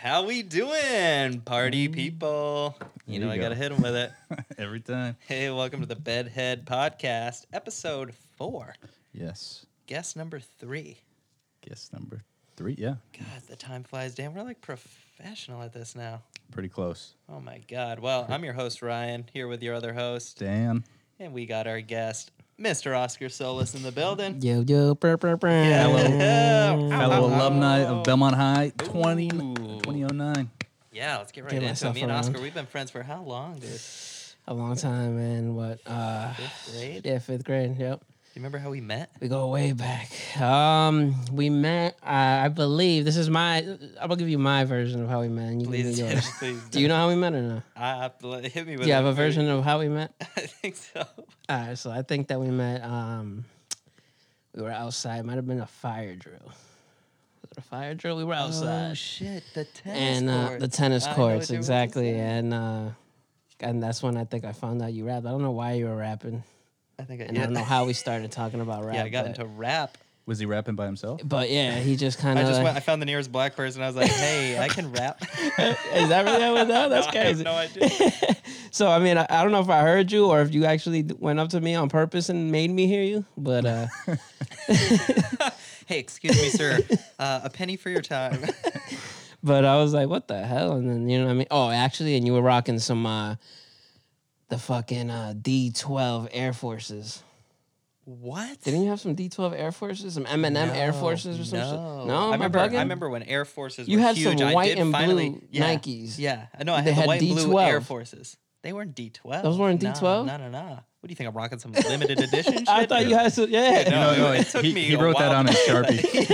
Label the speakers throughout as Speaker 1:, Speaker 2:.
Speaker 1: How we doing,
Speaker 2: Mm,
Speaker 1: party people? You
Speaker 3: There
Speaker 1: know
Speaker 3: you
Speaker 1: I
Speaker 3: go.
Speaker 1: gotta hit them with it.
Speaker 3: Every time.
Speaker 1: Hey, welcome to the Bedhead Podcast, episode four,
Speaker 3: Yes.
Speaker 1: guest number three.
Speaker 3: Guess number three. Yeah.
Speaker 1: God, the time flies. Damn, we're like professional at this now.
Speaker 3: Pretty close.
Speaker 1: Oh my God. Well, I'm your host Ryan, here with your other host,
Speaker 3: Dan.
Speaker 1: and we got our guest, Mr. Oscar Solis, in the building.
Speaker 2: Yo yo, brr, brr, brr.
Speaker 1: Hello.
Speaker 3: Fellow alumni
Speaker 1: Oh.
Speaker 3: of Belmont High 20,
Speaker 1: Ooh.
Speaker 3: 2009.
Speaker 1: Yeah, let's get right
Speaker 2: Give
Speaker 1: into it.
Speaker 2: myself
Speaker 1: Me and
Speaker 2: a round.
Speaker 1: Oscar, we've been friends for how long, dude?
Speaker 2: A long time, man. What? Uh,
Speaker 1: Fifth grade? Do
Speaker 2: yeah, fifth grade. Yep,
Speaker 1: you remember how we met?
Speaker 2: we go way back. Um, we met. Uh, I believe this is my. I'm gonna give you my version of how we met. And you
Speaker 1: Please,
Speaker 2: can do
Speaker 1: do,
Speaker 2: yours.
Speaker 1: please.
Speaker 2: Do you know how we met or no?
Speaker 1: I, I, hit me with
Speaker 2: Do you have
Speaker 1: it,
Speaker 2: a
Speaker 1: please.
Speaker 2: version of how we met?
Speaker 1: I think so.
Speaker 2: All right, so I think that we met. Um, we were outside. Might have been a fire drill. Was it a fire drill? We
Speaker 1: Oh,
Speaker 2: were outside.
Speaker 1: shit, the tennis
Speaker 2: and uh, the tennis
Speaker 1: I know
Speaker 2: courts
Speaker 1: what you were
Speaker 2: exactly
Speaker 1: saying.
Speaker 2: and uh and that's when i think i found out you rapped i don't know why you were rapping
Speaker 1: I think I,
Speaker 2: and
Speaker 1: yeah.
Speaker 2: i don't know how we started talking about rap
Speaker 1: yeah, I got
Speaker 2: but,
Speaker 1: into rap.
Speaker 3: Was he rapping by himself?
Speaker 2: but yeah he just kind
Speaker 1: I
Speaker 2: of
Speaker 1: just went. I found the nearest black person. I was like, "Hey, I can rap."
Speaker 2: is that really how it went down? That's
Speaker 1: No, I have
Speaker 2: crazy.
Speaker 1: no idea.
Speaker 2: so I mean, I, I don't know if I heard you or if you actually d- went up to me on purpose and made me hear you. But uh,
Speaker 1: hey, excuse me, sir. Uh, a penny for your time.
Speaker 2: but I was like, what the hell? And then you know what I mean? Oh, actually, and you were rocking some uh, the fucking uh, D twelve Air Forces.
Speaker 1: what?
Speaker 2: Didn't you have some D twelve Air Forces, some M and M Air
Speaker 1: No,
Speaker 2: Forces or some shit?
Speaker 1: no.
Speaker 2: No, am
Speaker 1: I remember. I
Speaker 2: bugging?
Speaker 1: remember when Air Forces.
Speaker 2: You
Speaker 1: were
Speaker 2: had some
Speaker 1: huge. I
Speaker 2: white
Speaker 1: did
Speaker 2: and
Speaker 1: finally,
Speaker 2: blue
Speaker 1: yeah,
Speaker 2: Nikes.
Speaker 1: Yeah, I know. I
Speaker 2: They
Speaker 1: had, the
Speaker 2: had
Speaker 1: white, blue Air
Speaker 2: D12.
Speaker 1: Forces. They weren't D twelve.
Speaker 2: Those weren't D12?
Speaker 1: No, no, no. What do you think? I'm rocking some limited edition. shit?
Speaker 2: I thought you had some. Yeah.
Speaker 1: No,
Speaker 3: You know,
Speaker 1: it took
Speaker 3: he,
Speaker 1: me
Speaker 3: he
Speaker 1: a
Speaker 3: wrote that
Speaker 1: while.
Speaker 3: on his Sharpie.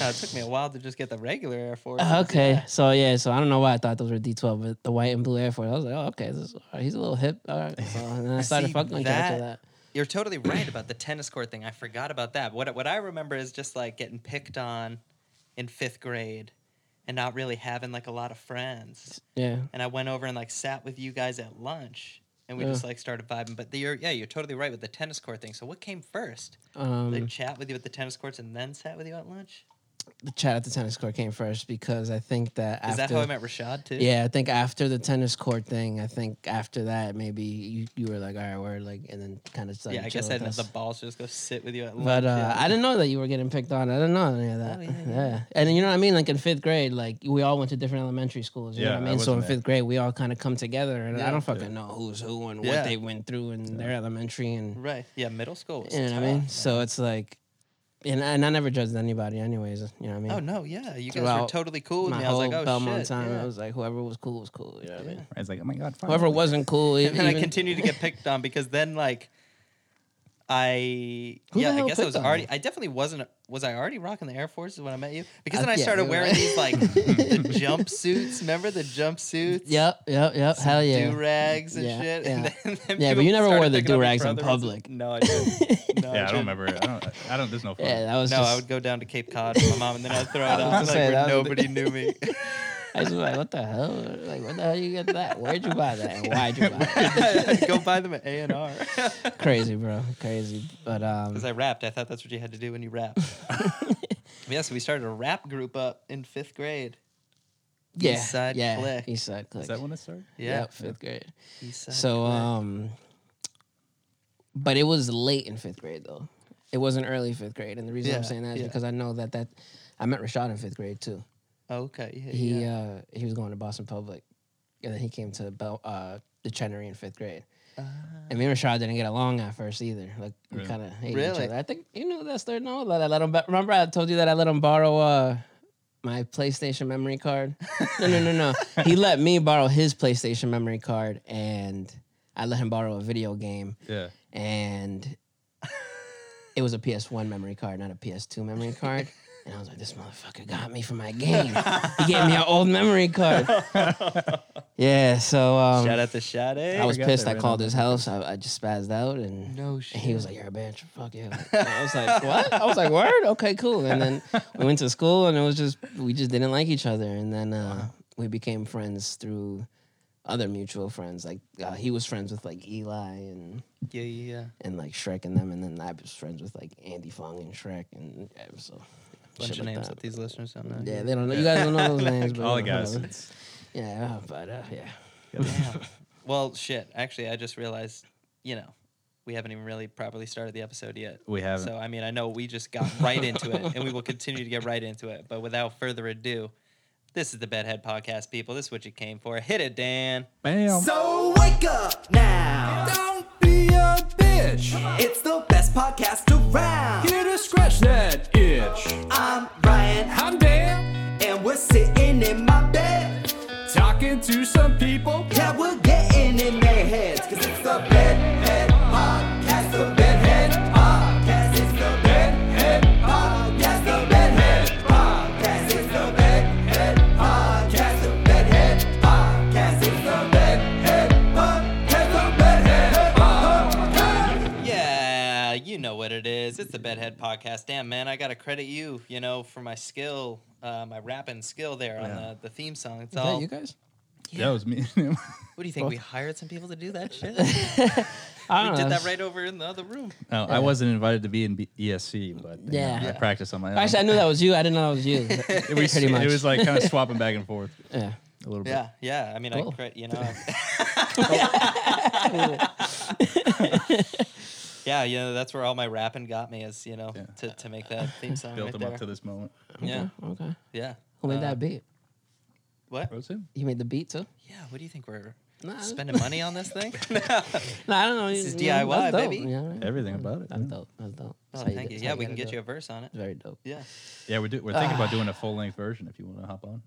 Speaker 1: No, it took me a while to just get the regular Air Force.
Speaker 2: Okay. So yeah. So I don't know why I thought those were D twelve, but the white and blue Air Force. I was like, oh, okay, this is, all right, he's a little hip. All right. So, and then I started
Speaker 1: See,
Speaker 2: fucking with you after that.
Speaker 1: You're totally right about the tennis court thing. I forgot about that. What what I remember is just like getting picked on in fifth grade and not really having like a lot of friends.
Speaker 2: Yeah.
Speaker 1: And I went over and like sat with you guys at lunch and we
Speaker 2: Yeah.
Speaker 1: just like started vibing. But the, you're yeah, you're totally right with the tennis court thing. So what came first? they
Speaker 2: Um,
Speaker 1: chat with you at the tennis courts and then sat with you at lunch?
Speaker 2: the chat at the tennis court came first because I think that
Speaker 1: Is
Speaker 2: after
Speaker 1: that how I met Rashad too?
Speaker 2: Yeah, I think after the tennis court thing, I think after that maybe you, you were like, all right, we're like, and then kind of started.
Speaker 1: Yeah, I guess I
Speaker 2: chilling
Speaker 1: had
Speaker 2: with
Speaker 1: the
Speaker 2: us.
Speaker 1: balls to just go sit with you at lunch.
Speaker 2: But uh,
Speaker 1: yeah.
Speaker 2: I didn't know that you were getting picked on. I didn't know any of that.
Speaker 1: Oh, yeah,
Speaker 2: yeah,
Speaker 1: yeah.
Speaker 2: And you know what I mean? Like in fifth grade, like we all went to different elementary schools. You
Speaker 3: Yeah,
Speaker 2: know what
Speaker 3: I
Speaker 2: I mean? So in
Speaker 3: wasn't there.
Speaker 2: fifth grade, we all kind of come together, and
Speaker 1: Yeah.
Speaker 2: I don't fucking know who's who and
Speaker 1: Yeah.
Speaker 2: what they went through in their elementary and
Speaker 1: Right. Yeah, middle school was
Speaker 2: you know what I
Speaker 1: Mm, tough,
Speaker 2: mean.
Speaker 1: man.
Speaker 2: So it's like, and and I never judged anybody, anyways. You know what I mean?
Speaker 1: Oh no, yeah, you guys were
Speaker 2: Throughout
Speaker 1: totally cool with
Speaker 2: My
Speaker 1: me. I was
Speaker 2: whole
Speaker 1: like, oh
Speaker 2: Belmont
Speaker 1: shit.
Speaker 2: time,
Speaker 1: yeah.
Speaker 2: I was like, whoever was cool was cool. You know what I mean?
Speaker 3: I was like, oh my God.
Speaker 2: Whoever
Speaker 3: finally.
Speaker 2: wasn't cool, e-
Speaker 1: and then I
Speaker 2: even-
Speaker 1: continued to get picked on because then like I
Speaker 2: Who the
Speaker 1: yeah, I
Speaker 2: hell
Speaker 1: guess I was
Speaker 2: picked on
Speaker 1: already
Speaker 2: you?
Speaker 1: I definitely wasn't was I already rocking the Air Forces when I met you? Because
Speaker 2: Uh,
Speaker 1: then I
Speaker 2: yeah,
Speaker 1: started
Speaker 2: you
Speaker 1: wearing
Speaker 2: were.
Speaker 1: these like the jumpsuits. Remember the jumpsuits?
Speaker 2: Yep, yep, yep. Hell yeah.
Speaker 1: Do rags and
Speaker 2: Yeah,
Speaker 1: shit.
Speaker 2: yeah.
Speaker 1: And then, then
Speaker 2: Yeah, but
Speaker 1: people
Speaker 2: you never
Speaker 1: started
Speaker 2: wore the
Speaker 1: picking on me
Speaker 2: do-rags
Speaker 1: for
Speaker 2: in
Speaker 1: other reasons.
Speaker 2: public.
Speaker 1: No, I didn't. No, I
Speaker 3: Yeah, I
Speaker 1: didn't.
Speaker 3: don't remember. I don't, I don't there's no fun.
Speaker 2: Yeah, that was
Speaker 1: No,
Speaker 2: just,
Speaker 1: I would go down to Cape Cod with my mom, and then I'd throw it
Speaker 2: was
Speaker 1: out
Speaker 2: gonna
Speaker 1: like
Speaker 2: say,
Speaker 1: where
Speaker 2: that was the-
Speaker 1: nobody knew me.
Speaker 2: I was like, what the hell? Like, what the hell you get that? Where'd you buy that? And why'd you buy it?
Speaker 1: I'd go buy them at A and R.
Speaker 2: Crazy, bro. Crazy. But um,
Speaker 1: Because I rapped, I thought that's what you had to do when you rap. yeah, so we started a rap group up in fifth grade.
Speaker 2: yeah,
Speaker 1: Eastside
Speaker 2: yeah,
Speaker 1: Click.
Speaker 2: Eastside Click.
Speaker 3: Is that when it started?
Speaker 1: Yeah.
Speaker 2: Yep, fifth grade.
Speaker 1: East Side
Speaker 2: so
Speaker 1: Click.
Speaker 2: um, but it was late in fifth grade though. It wasn't early fifth grade, and the reason I'm
Speaker 1: Yeah,
Speaker 2: saying that is
Speaker 1: yeah.
Speaker 2: because I know that that I met Rashad in fifth grade too.
Speaker 1: okay, yeah,
Speaker 2: He
Speaker 1: yeah.
Speaker 2: uh he was going to Boston Public, and then he came to Bel- uh the Chenery in fifth grade. And me and Rashad didn't get along at first either. Like we
Speaker 3: Really?
Speaker 2: kind of hated
Speaker 1: Ah. Really?
Speaker 2: each other. I think you know that story. No, that I let him. Ba- Remember, I told you that I let him borrow uh, my PlayStation memory card. No, no, no, no. he let me borrow his PlayStation memory card, and I let him borrow a video game,
Speaker 3: Yeah.
Speaker 2: and it was a PS1 memory card, not a PS2 memory card. And I was like, this motherfucker got me for my game. He gave me an old memory card. Yeah, so um,
Speaker 1: Shout out to Sade.
Speaker 2: I was
Speaker 3: forgot
Speaker 2: pissed.
Speaker 3: they
Speaker 2: I
Speaker 3: ran
Speaker 2: called his house. I, I just spazzed out, and,
Speaker 1: no
Speaker 2: and
Speaker 1: shit.
Speaker 2: he was like, "You're a bitch." Fuck you. And I was like, "What?" I was like, "Word." Okay, cool. And then we went to school, and it was just we just didn't like each other, and then uh, we became friends through other mutual friends. Like uh, he was friends with like Eli and
Speaker 1: Yeah, yeah. yeah.
Speaker 2: and like Shrek and them, and then I was friends with like Andy Fong and Shrek and yeah, so.
Speaker 1: Bunch
Speaker 2: shit
Speaker 1: of
Speaker 2: like
Speaker 1: names that.
Speaker 2: that.
Speaker 1: these listeners don't know.
Speaker 2: Yeah, they don't know. You guys don't know those names, but
Speaker 3: All the
Speaker 2: you know,
Speaker 3: guys.
Speaker 2: whatever. Yeah, but uh, yeah.
Speaker 1: Damn. well, shit. Actually, I just realized, you know, we haven't even really properly started the episode yet.
Speaker 3: We haven't.
Speaker 1: So, I mean, I know we just got right into it and we will continue to get right into it. But without further ado, this is the Bedhead Podcast, people. This is what you came for. Hit it, Dan.
Speaker 3: Bam.
Speaker 4: So wake up now. Don't be a bitch. It's the best podcast around.
Speaker 5: Here to scratch that itch.
Speaker 4: I'm Ryan,
Speaker 5: I'm Dan,
Speaker 4: and we're sitting in my bed.
Speaker 5: talking to some people.
Speaker 4: Yeah, we're getting in their heads. Cause it's the Bedhead Podcast. The Bedhead Podcast. It's the Bedhead Podcast. The Bedhead Podcast. It's the Bedhead Podcast. The Bedhead Podcast. It's the Bedhead Podcast. The Bedhead Podcast.
Speaker 1: Yeah, you know what it is. It's the Bedhead Podcast. Damn, man, I got to credit you, you know, for my skill, uh, my rapping skill there on
Speaker 3: Yeah.
Speaker 1: the, the theme song. It's
Speaker 2: Is
Speaker 1: all.
Speaker 2: that you guys?
Speaker 3: That was me. and him.
Speaker 1: What do you think? We hired some people to do that shit?
Speaker 2: I
Speaker 1: we
Speaker 2: don't
Speaker 1: did
Speaker 2: know.
Speaker 1: that right over in the other room.
Speaker 3: no, I wasn't invited to be in B- ESC, but you know,
Speaker 2: Yeah.
Speaker 3: I practiced on my own.
Speaker 2: Actually, I knew that was you. I didn't know that was you.
Speaker 3: it was,
Speaker 2: pretty much.
Speaker 3: It was like kind of swapping back and forth
Speaker 2: yeah.
Speaker 3: a little bit.
Speaker 1: Yeah, yeah. I mean,
Speaker 2: Cool.
Speaker 1: I crit, you know. yeah, you know, that's where all my rapping got me is, you know,
Speaker 3: Yeah.
Speaker 1: to, to make that theme song.
Speaker 3: Built
Speaker 1: right
Speaker 3: him
Speaker 1: there.
Speaker 3: up to this moment.
Speaker 1: Yeah,
Speaker 2: Okay.
Speaker 1: yeah.
Speaker 2: Who made
Speaker 1: Uh,
Speaker 2: that beat?
Speaker 1: What?
Speaker 3: Rose him?
Speaker 2: You made the beat too?
Speaker 1: Yeah, what do you think we're
Speaker 2: Nah.
Speaker 1: spending money on this thing?
Speaker 2: No, I don't know.
Speaker 1: This is
Speaker 2: You know,
Speaker 1: DIY,
Speaker 2: that's dope.
Speaker 1: baby.
Speaker 2: Yeah, right.
Speaker 3: Everything about it.
Speaker 2: That's
Speaker 3: yeah.
Speaker 2: dope. That's dope.
Speaker 1: oh,
Speaker 2: That's how
Speaker 1: thank you.
Speaker 2: that's
Speaker 1: Yeah,
Speaker 2: how
Speaker 1: we can
Speaker 2: gotta
Speaker 1: get
Speaker 2: do
Speaker 1: you
Speaker 2: it.
Speaker 1: a verse on it.
Speaker 2: Very dope.
Speaker 1: Yeah.
Speaker 3: Yeah, we're, do, we're thinking about doing a full length version if you want to hop on.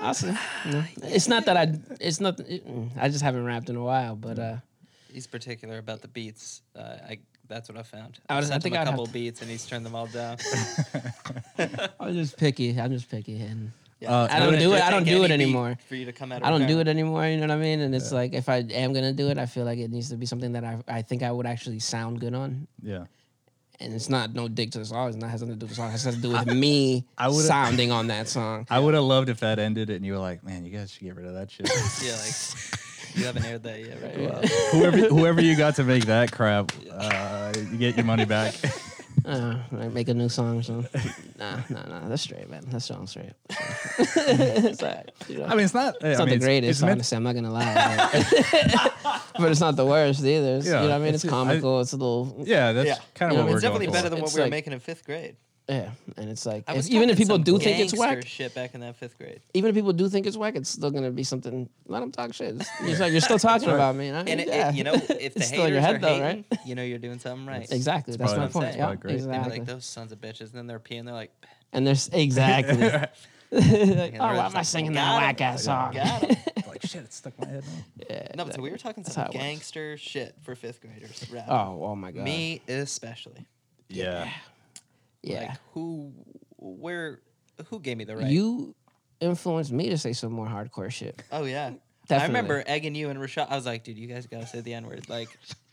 Speaker 2: Awesome. No. It's not that I. It's not. mm, I just haven't rapped in a while, but uh,
Speaker 1: He's particular about the beats. Uh, I that's what I found.
Speaker 2: I was- I
Speaker 1: sent
Speaker 2: think
Speaker 1: him a
Speaker 2: I'd have
Speaker 1: couple
Speaker 2: to-
Speaker 1: beats and he's turned them all down.
Speaker 2: I'm just picky. I'm just picky, and
Speaker 1: Yeah.
Speaker 3: Uh, I
Speaker 2: don't
Speaker 1: wouldn't
Speaker 2: do it- I
Speaker 1: take
Speaker 2: don't do it
Speaker 1: any beat
Speaker 2: anymore.
Speaker 1: For you to come out.
Speaker 2: I don't do it anymore. You know what I mean? And it's like if I am gonna do it, I feel like it needs to be something that I I think I would actually sound good on.
Speaker 3: Yeah.
Speaker 2: And it's not no dig to the song. It's not has nothing to do with the song. It has to do with me
Speaker 3: I would've-
Speaker 2: sounding on that song.
Speaker 3: I would have loved if that ended and you were like, man, you guys should get rid of that shit.
Speaker 1: Yeah, like you haven't aired that yet, right?
Speaker 3: whoever, whoever you got to make that crap, uh, you get your money back.
Speaker 2: Uh, like make a new song or something. Nah, nah, nah. That's straight, man. That song's straight. it's all right, you know.
Speaker 3: I mean, it's not.
Speaker 2: It's not the greatest,
Speaker 3: meant-
Speaker 2: honestly. I'm not gonna lie, but- but it's not the worst either. It's-
Speaker 3: Yeah,
Speaker 2: you know what I mean? It's,
Speaker 3: it's- I-
Speaker 2: comical. it's a little
Speaker 3: yeah, that's
Speaker 1: Yeah.
Speaker 3: kind
Speaker 2: You
Speaker 3: of
Speaker 2: know,
Speaker 3: what we're
Speaker 1: It's definitely
Speaker 3: going
Speaker 1: better
Speaker 3: for.
Speaker 1: than what
Speaker 2: It's
Speaker 1: we were
Speaker 2: like-
Speaker 1: making in fifth grade.
Speaker 2: yeah. And it's like
Speaker 1: I
Speaker 2: if-
Speaker 1: was
Speaker 2: even if
Speaker 1: talking
Speaker 2: people
Speaker 1: some
Speaker 2: do think it's
Speaker 1: gangster
Speaker 2: whack,
Speaker 1: shit back in that fifth grade,
Speaker 2: even if people do think it's whack, it's still gonna be something. Let them talk shit. It's, it's like you're still talking about me.
Speaker 1: and it,
Speaker 2: yeah.
Speaker 1: it, you know, if the
Speaker 2: It's still in
Speaker 1: haters
Speaker 2: your
Speaker 1: are
Speaker 2: head, though,
Speaker 1: hating,
Speaker 2: right?
Speaker 1: you know you're doing something right.
Speaker 2: exactly. That's
Speaker 3: probably-
Speaker 2: my point.
Speaker 1: that's
Speaker 2: Yeah,
Speaker 3: probably great. They'd
Speaker 1: They'd be
Speaker 2: exactly.
Speaker 1: like those sons of bitches, and then they're peeing. They're like,
Speaker 2: and there's exactly. like, oh, why am I
Speaker 1: like,
Speaker 2: singing
Speaker 1: got
Speaker 2: that
Speaker 1: 'em.
Speaker 2: whack ass song?
Speaker 1: got 'em."
Speaker 3: like, shit, it stuck my head. now.
Speaker 1: No, but so we were talking
Speaker 2: how
Speaker 1: some
Speaker 2: it works.
Speaker 1: gangster shit for fifth graders. Rap.
Speaker 2: Oh, oh my god.
Speaker 1: me especially.
Speaker 3: Yeah.
Speaker 2: Yeah.
Speaker 1: Like who, where, who gave me the right?
Speaker 2: You influenced me to say some more hardcore shit.
Speaker 1: Oh yeah. I
Speaker 2: Definitely.
Speaker 1: remember egging you and Rashad. I was like, dude, you guys gotta say the N word. Like,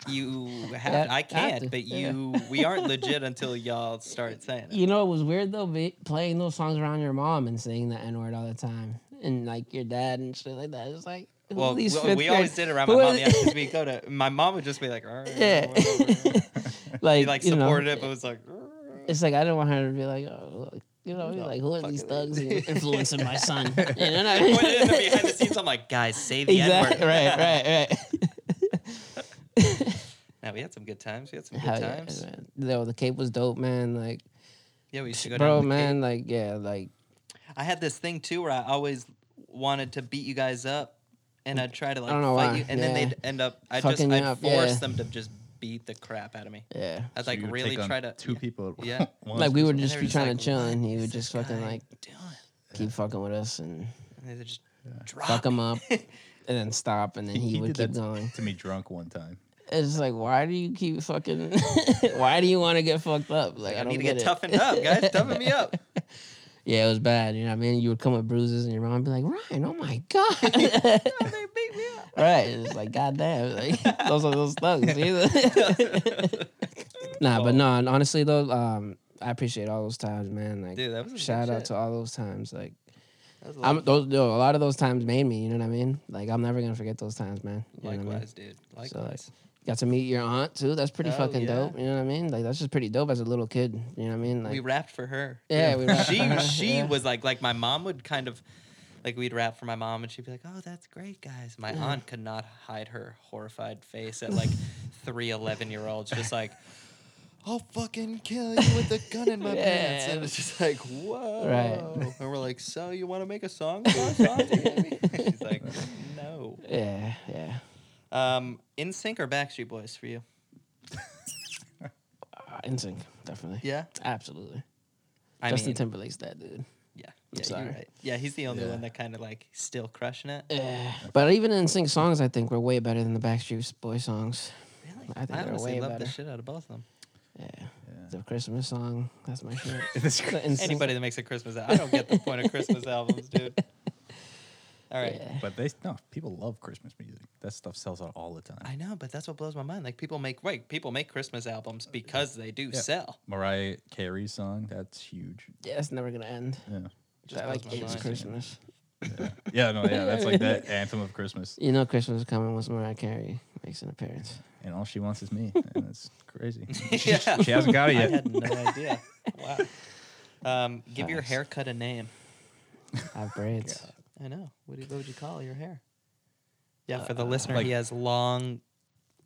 Speaker 1: you have.
Speaker 2: Yeah,
Speaker 1: I
Speaker 2: have
Speaker 1: can't,
Speaker 2: to,
Speaker 1: but
Speaker 2: yeah.
Speaker 1: you. We aren't legit until y'all start saying it.
Speaker 2: You know, it was weird though, be, playing those songs around your mom and saying the N word all the time, and like your dad and shit like that. It's like who
Speaker 1: Well,
Speaker 2: are these
Speaker 1: we,
Speaker 2: fifth
Speaker 1: we
Speaker 2: grade-
Speaker 1: always did it around my
Speaker 2: who are
Speaker 1: mom.
Speaker 2: the-
Speaker 1: Yeah, 'cause we go to my mom would just be like, all right,
Speaker 2: Yeah.
Speaker 1: whatever."
Speaker 2: like,
Speaker 1: She, like
Speaker 2: you know,
Speaker 1: supported it, but was like,
Speaker 2: It's like I didn't want her to be like, oh, look, you know, like who are these thugs in- influencing my son? You know what I mean?
Speaker 1: But in the behind the scenes, I'm like, guys, say the N
Speaker 2: exactly.
Speaker 1: word.
Speaker 2: Right. Right. Right.
Speaker 1: Now we had some good times. We had some good
Speaker 2: Hell yeah,
Speaker 1: times.
Speaker 2: man. Though the cape was dope, man. Like,
Speaker 1: Yeah, we used to go. down
Speaker 2: bro,
Speaker 1: to the
Speaker 2: man. Like, yeah, like
Speaker 1: Cape. I had this thing too where I always wanted to beat you guys up, and I'd try to like
Speaker 2: don't know
Speaker 1: fight
Speaker 2: why.
Speaker 1: you, and then
Speaker 2: Yeah.
Speaker 1: they'd end up. I just
Speaker 2: Fucking you
Speaker 1: I
Speaker 2: up,
Speaker 1: forced
Speaker 2: yeah.
Speaker 1: them to just beat the crap out of me.
Speaker 2: yeah.
Speaker 1: I'd
Speaker 3: So
Speaker 1: like
Speaker 3: you would
Speaker 1: really
Speaker 3: take on
Speaker 1: try to
Speaker 3: two people. at
Speaker 1: Yeah.
Speaker 3: once
Speaker 2: Like we
Speaker 3: or
Speaker 2: would
Speaker 3: something.
Speaker 2: just
Speaker 1: they're
Speaker 2: be
Speaker 1: just
Speaker 2: trying
Speaker 1: like,
Speaker 2: to chill, and he
Speaker 1: "What
Speaker 2: would
Speaker 1: is
Speaker 2: just
Speaker 1: this
Speaker 2: fucking
Speaker 1: guy
Speaker 2: like
Speaker 1: doing?
Speaker 2: keep fucking with us and
Speaker 1: And they just drop
Speaker 2: fuck him
Speaker 1: me.
Speaker 2: up, and then stop, and then he, would keep
Speaker 3: did that
Speaker 2: going.
Speaker 3: to me drunk one time.
Speaker 2: It's just like, why do you keep fucking? why do you want to get fucked up? Like, I,
Speaker 1: I
Speaker 2: don't
Speaker 1: need to
Speaker 2: get,
Speaker 1: get
Speaker 2: it.
Speaker 1: toughened up, guys. Toughen me up.
Speaker 2: Yeah, it was bad. You know what I mean? You would come with bruises, and your mom would be like, Ryan, oh my god,
Speaker 1: No, they beat me up.
Speaker 2: right? It's like, goddamn, like those are those thugs. you know? nah, but no, honestly though, um, I appreciate all those times, man. Like,
Speaker 1: Dude, that was some good
Speaker 2: shout out
Speaker 1: shit.
Speaker 2: to all those times, like.
Speaker 1: was a lot
Speaker 2: I'm, those, yo, a lot of those times made me. You know what I mean? Like I'm never gonna forget those times, man. You know what I mean?
Speaker 1: Likewise, dude.
Speaker 2: So, like,
Speaker 1: Likewise.
Speaker 2: got to meet your aunt too. That's pretty
Speaker 1: Oh,
Speaker 2: fucking
Speaker 1: yeah.
Speaker 2: dope. You know what I mean? Like that's just pretty dope as a little kid. You know what I mean? Like
Speaker 1: we rapped for her.
Speaker 2: yeah, we were-
Speaker 1: she she
Speaker 2: yeah.
Speaker 1: was like like my mom would kind of like we'd rap for my mom and she'd be like, "Oh, that's great, guys." My aunt could not hide her horrified face at like three 11 year olds, just like, "I'll fucking kill you with a gun in my
Speaker 2: Yeah.
Speaker 1: pants." And it was just like, "Whoa!"
Speaker 2: Right.
Speaker 1: And we're like, "So you want to make a song?" with us, Auntie?" She's like, "No."
Speaker 2: yeah, yeah.
Speaker 1: Um, In Sync or Backstreet Boys for you?
Speaker 2: Uh, In sync, definitely.
Speaker 1: Yeah,
Speaker 2: Absolutely.
Speaker 1: I
Speaker 2: Justin
Speaker 1: mean,
Speaker 2: Timberlake's that dude.
Speaker 1: yeah,
Speaker 2: I'm
Speaker 1: yeah,
Speaker 2: sorry.
Speaker 1: you're right. Yeah, he's the only
Speaker 3: Yeah.
Speaker 1: one that kind of like still crushing it.
Speaker 2: Yeah. But even in sync songs, I think were way better than the Backstreet Boy songs.
Speaker 1: Really?
Speaker 2: I think they're
Speaker 1: honestly
Speaker 2: way
Speaker 1: love the
Speaker 2: better.
Speaker 1: shit out of both of them.
Speaker 2: Yeah. The Christmas song, that's my shit.
Speaker 3: This-
Speaker 2: The In Sync-
Speaker 1: Anybody that makes a Christmas album, I don't get the point of Christmas albums, dude. All right.
Speaker 2: Yeah.
Speaker 3: but they no people love Christmas music. That stuff sells out all the time.
Speaker 1: I know, but that's what blows my mind. Like people make right, people make Christmas albums because they do
Speaker 3: Yeah.
Speaker 1: sell.
Speaker 3: Mariah Carey's song that's huge.
Speaker 2: Yeah, that's never gonna end.
Speaker 3: Yeah,
Speaker 1: Just
Speaker 2: that
Speaker 1: blows
Speaker 2: like
Speaker 1: my
Speaker 2: is
Speaker 1: mind.
Speaker 2: Christmas.
Speaker 3: yeah, no, yeah, that's like that anthem of Christmas,
Speaker 2: You know Christmas is coming once Mariah Carey makes an appearance.
Speaker 3: and all she wants is me, and it's crazy.
Speaker 1: yeah.
Speaker 3: She hasn't got it
Speaker 1: I
Speaker 3: yet.
Speaker 1: had no idea. Wow. Um, give your
Speaker 2: Facts.
Speaker 1: haircut a name.
Speaker 2: I have braids.
Speaker 1: I know. What, do, what would you call your hair? Yeah,
Speaker 2: Uh,
Speaker 1: for the listener,
Speaker 3: like-
Speaker 1: he has long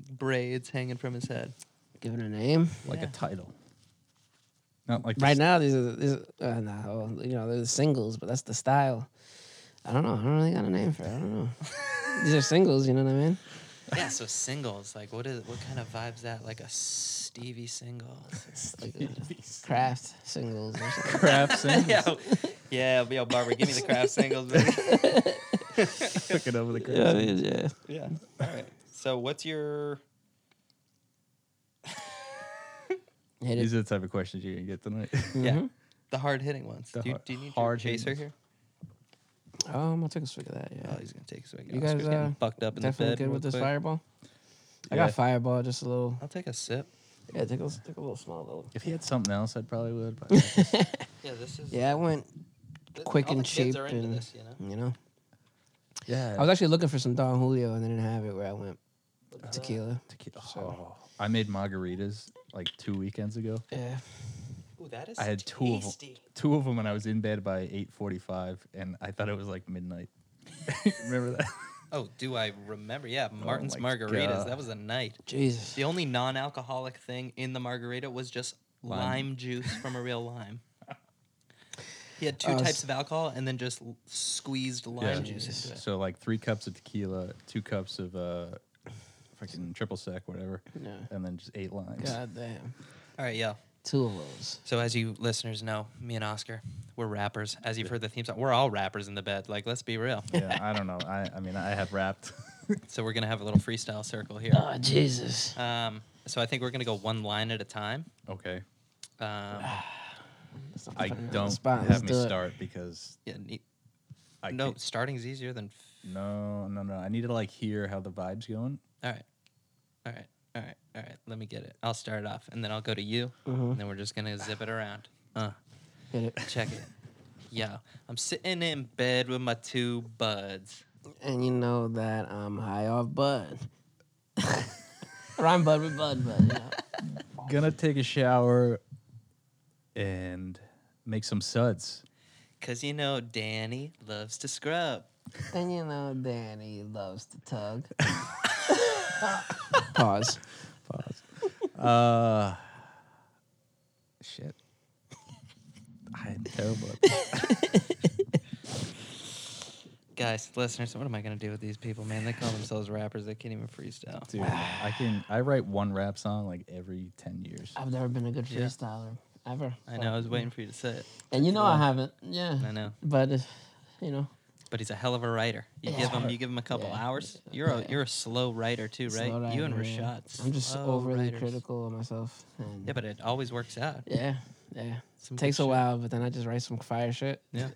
Speaker 1: braids hanging from his head.
Speaker 2: Give it a name.
Speaker 3: Like
Speaker 1: Yeah.
Speaker 3: a title, not like
Speaker 2: Right
Speaker 3: just-
Speaker 2: now, these are these. Are, uh, nah, well, you know, they're the singles, but that's the style. I don't know. I don't really got a name for it. I don't know. these are singles. You know what I mean?
Speaker 1: Yeah, so singles. Like, what is what kind of vibe's that? Like a Stevie singles.
Speaker 2: It's like, uh, craft singles. Or something.
Speaker 3: Craft singles.
Speaker 1: yo, yeah, yo, Barbara, give me the craft singles, baby.
Speaker 3: Took it over the craft
Speaker 2: yeah,
Speaker 3: singles.
Speaker 2: yeah.
Speaker 1: Yeah. All right. So, what's your?
Speaker 2: Hit
Speaker 3: These
Speaker 2: it.
Speaker 3: are the type of questions you're gonna get tonight.
Speaker 1: Yeah.
Speaker 2: Mhm.
Speaker 1: The hard hitting ones.
Speaker 3: The
Speaker 1: do, you,
Speaker 3: har-
Speaker 1: do you need your
Speaker 3: hard hitting
Speaker 1: chaser
Speaker 3: ones.
Speaker 1: here?
Speaker 2: Um, I'll take a swig of that.
Speaker 1: Oh,
Speaker 2: Yeah.
Speaker 1: he's gonna take a swig.
Speaker 2: You
Speaker 1: Oscar's
Speaker 2: guys,
Speaker 1: getting
Speaker 2: uh,
Speaker 1: bucked up in the
Speaker 2: Definitely
Speaker 1: bed.
Speaker 2: good
Speaker 1: real
Speaker 2: with this
Speaker 1: quick.
Speaker 2: fireball. I
Speaker 3: Yeah.
Speaker 2: got fireball, just a little.
Speaker 1: I'll take a sip.
Speaker 2: Yeah, take a take a little small little.
Speaker 3: If he had something else, I'd probably would. But I just-
Speaker 1: Yeah, this is.
Speaker 2: Yeah, I went. quick and cheap and-
Speaker 1: you know?
Speaker 2: You know,
Speaker 3: yeah,
Speaker 2: I was actually looking for some Don Julio, and they didn't have it where I went. Uh, Tequila.
Speaker 3: Tequila. Oh, I made margaritas like two weekends ago.
Speaker 2: Yeah.
Speaker 1: Ooh, that is.
Speaker 3: I had two of them,
Speaker 1: tasty.
Speaker 3: two of them, and I was in bed by eight forty-five, and I thought it was like midnight. Remember that?
Speaker 1: Oh, do I remember? Yeah,
Speaker 2: Oh
Speaker 1: Martin's
Speaker 3: my
Speaker 1: margaritas.
Speaker 3: God.
Speaker 1: That was a night.
Speaker 2: Jesus.
Speaker 1: The only non-alcoholic thing in the margarita was just lime,
Speaker 3: Lime.
Speaker 1: juice from a real lime. He had two
Speaker 2: Uh,
Speaker 1: types of alcohol and then just l- squeezed lime juice into it.
Speaker 3: So like three cups of tequila, two cups of uh, fucking triple sec, whatever,
Speaker 2: Yeah.
Speaker 3: and then just eight lines.
Speaker 2: God damn.
Speaker 1: All right, yeah.
Speaker 2: Two of those.
Speaker 1: So as you listeners know, me and Oscar, we're rappers. As you've heard the theme song, we're all rappers in the bed. Like, let's be real.
Speaker 3: Yeah, I don't know. I, I mean, I have rapped.
Speaker 1: So we're gonna have a little freestyle circle here.
Speaker 2: Oh, Jesus.
Speaker 1: Um, so I think we're gonna go one line at a time.
Speaker 3: okay,
Speaker 1: Um,
Speaker 2: That's not
Speaker 3: I
Speaker 2: funny.
Speaker 3: don't
Speaker 2: Spot, let's
Speaker 3: have me
Speaker 2: do it.
Speaker 3: start because
Speaker 1: yeah, ne-
Speaker 3: I
Speaker 1: no,
Speaker 3: can't-
Speaker 1: starting's easier than. F-
Speaker 3: no, no, no. I need to like hear how the vibe's going.
Speaker 1: all right, all right, all right, all right. Let me get it. I'll start it off, and then I'll go to you,
Speaker 3: Mm-hmm.
Speaker 1: and then we're just gonna zip it around. Uh,
Speaker 2: Hit it.
Speaker 1: check it. Yeah, I'm sitting in bed with my two buds.
Speaker 2: And you know that I'm high off bud. Rhyme bud with bud, bud. You know?
Speaker 3: Gonna take a shower and make some suds.
Speaker 1: Cause you know Danny loves to scrub.
Speaker 2: and you know Danny loves to tug. Pause.
Speaker 3: Pause. Uh, shit. I'm terrible. At this.
Speaker 1: Guys, listeners, what am I gonna do with these people, man? They call themselves rappers. They can't even freestyle.
Speaker 3: Dude, I can. I write one rap song like every ten years.
Speaker 2: I've never been a good
Speaker 1: Yeah.
Speaker 2: freestyler. Ever.
Speaker 1: I know. I was waiting for you to say it.
Speaker 2: And you know I haven't. Yeah.
Speaker 1: I know.
Speaker 2: But, uh, you know,
Speaker 1: But he's a hell of a writer. You give him. You give him a couple
Speaker 2: Yeah.
Speaker 1: hours. You're a
Speaker 2: Yeah.
Speaker 1: you're a slow writer too, right?
Speaker 2: slow
Speaker 1: you and
Speaker 2: writer,
Speaker 1: Rashad.
Speaker 2: yeah. I'm just
Speaker 1: slow
Speaker 2: overly
Speaker 1: writers.
Speaker 2: critical of myself. And
Speaker 1: Yeah, but it always works out.
Speaker 2: yeah. Yeah.
Speaker 1: Some good
Speaker 2: Takes a
Speaker 1: shit.
Speaker 2: while, but then I just write some fire shit.
Speaker 1: Yeah.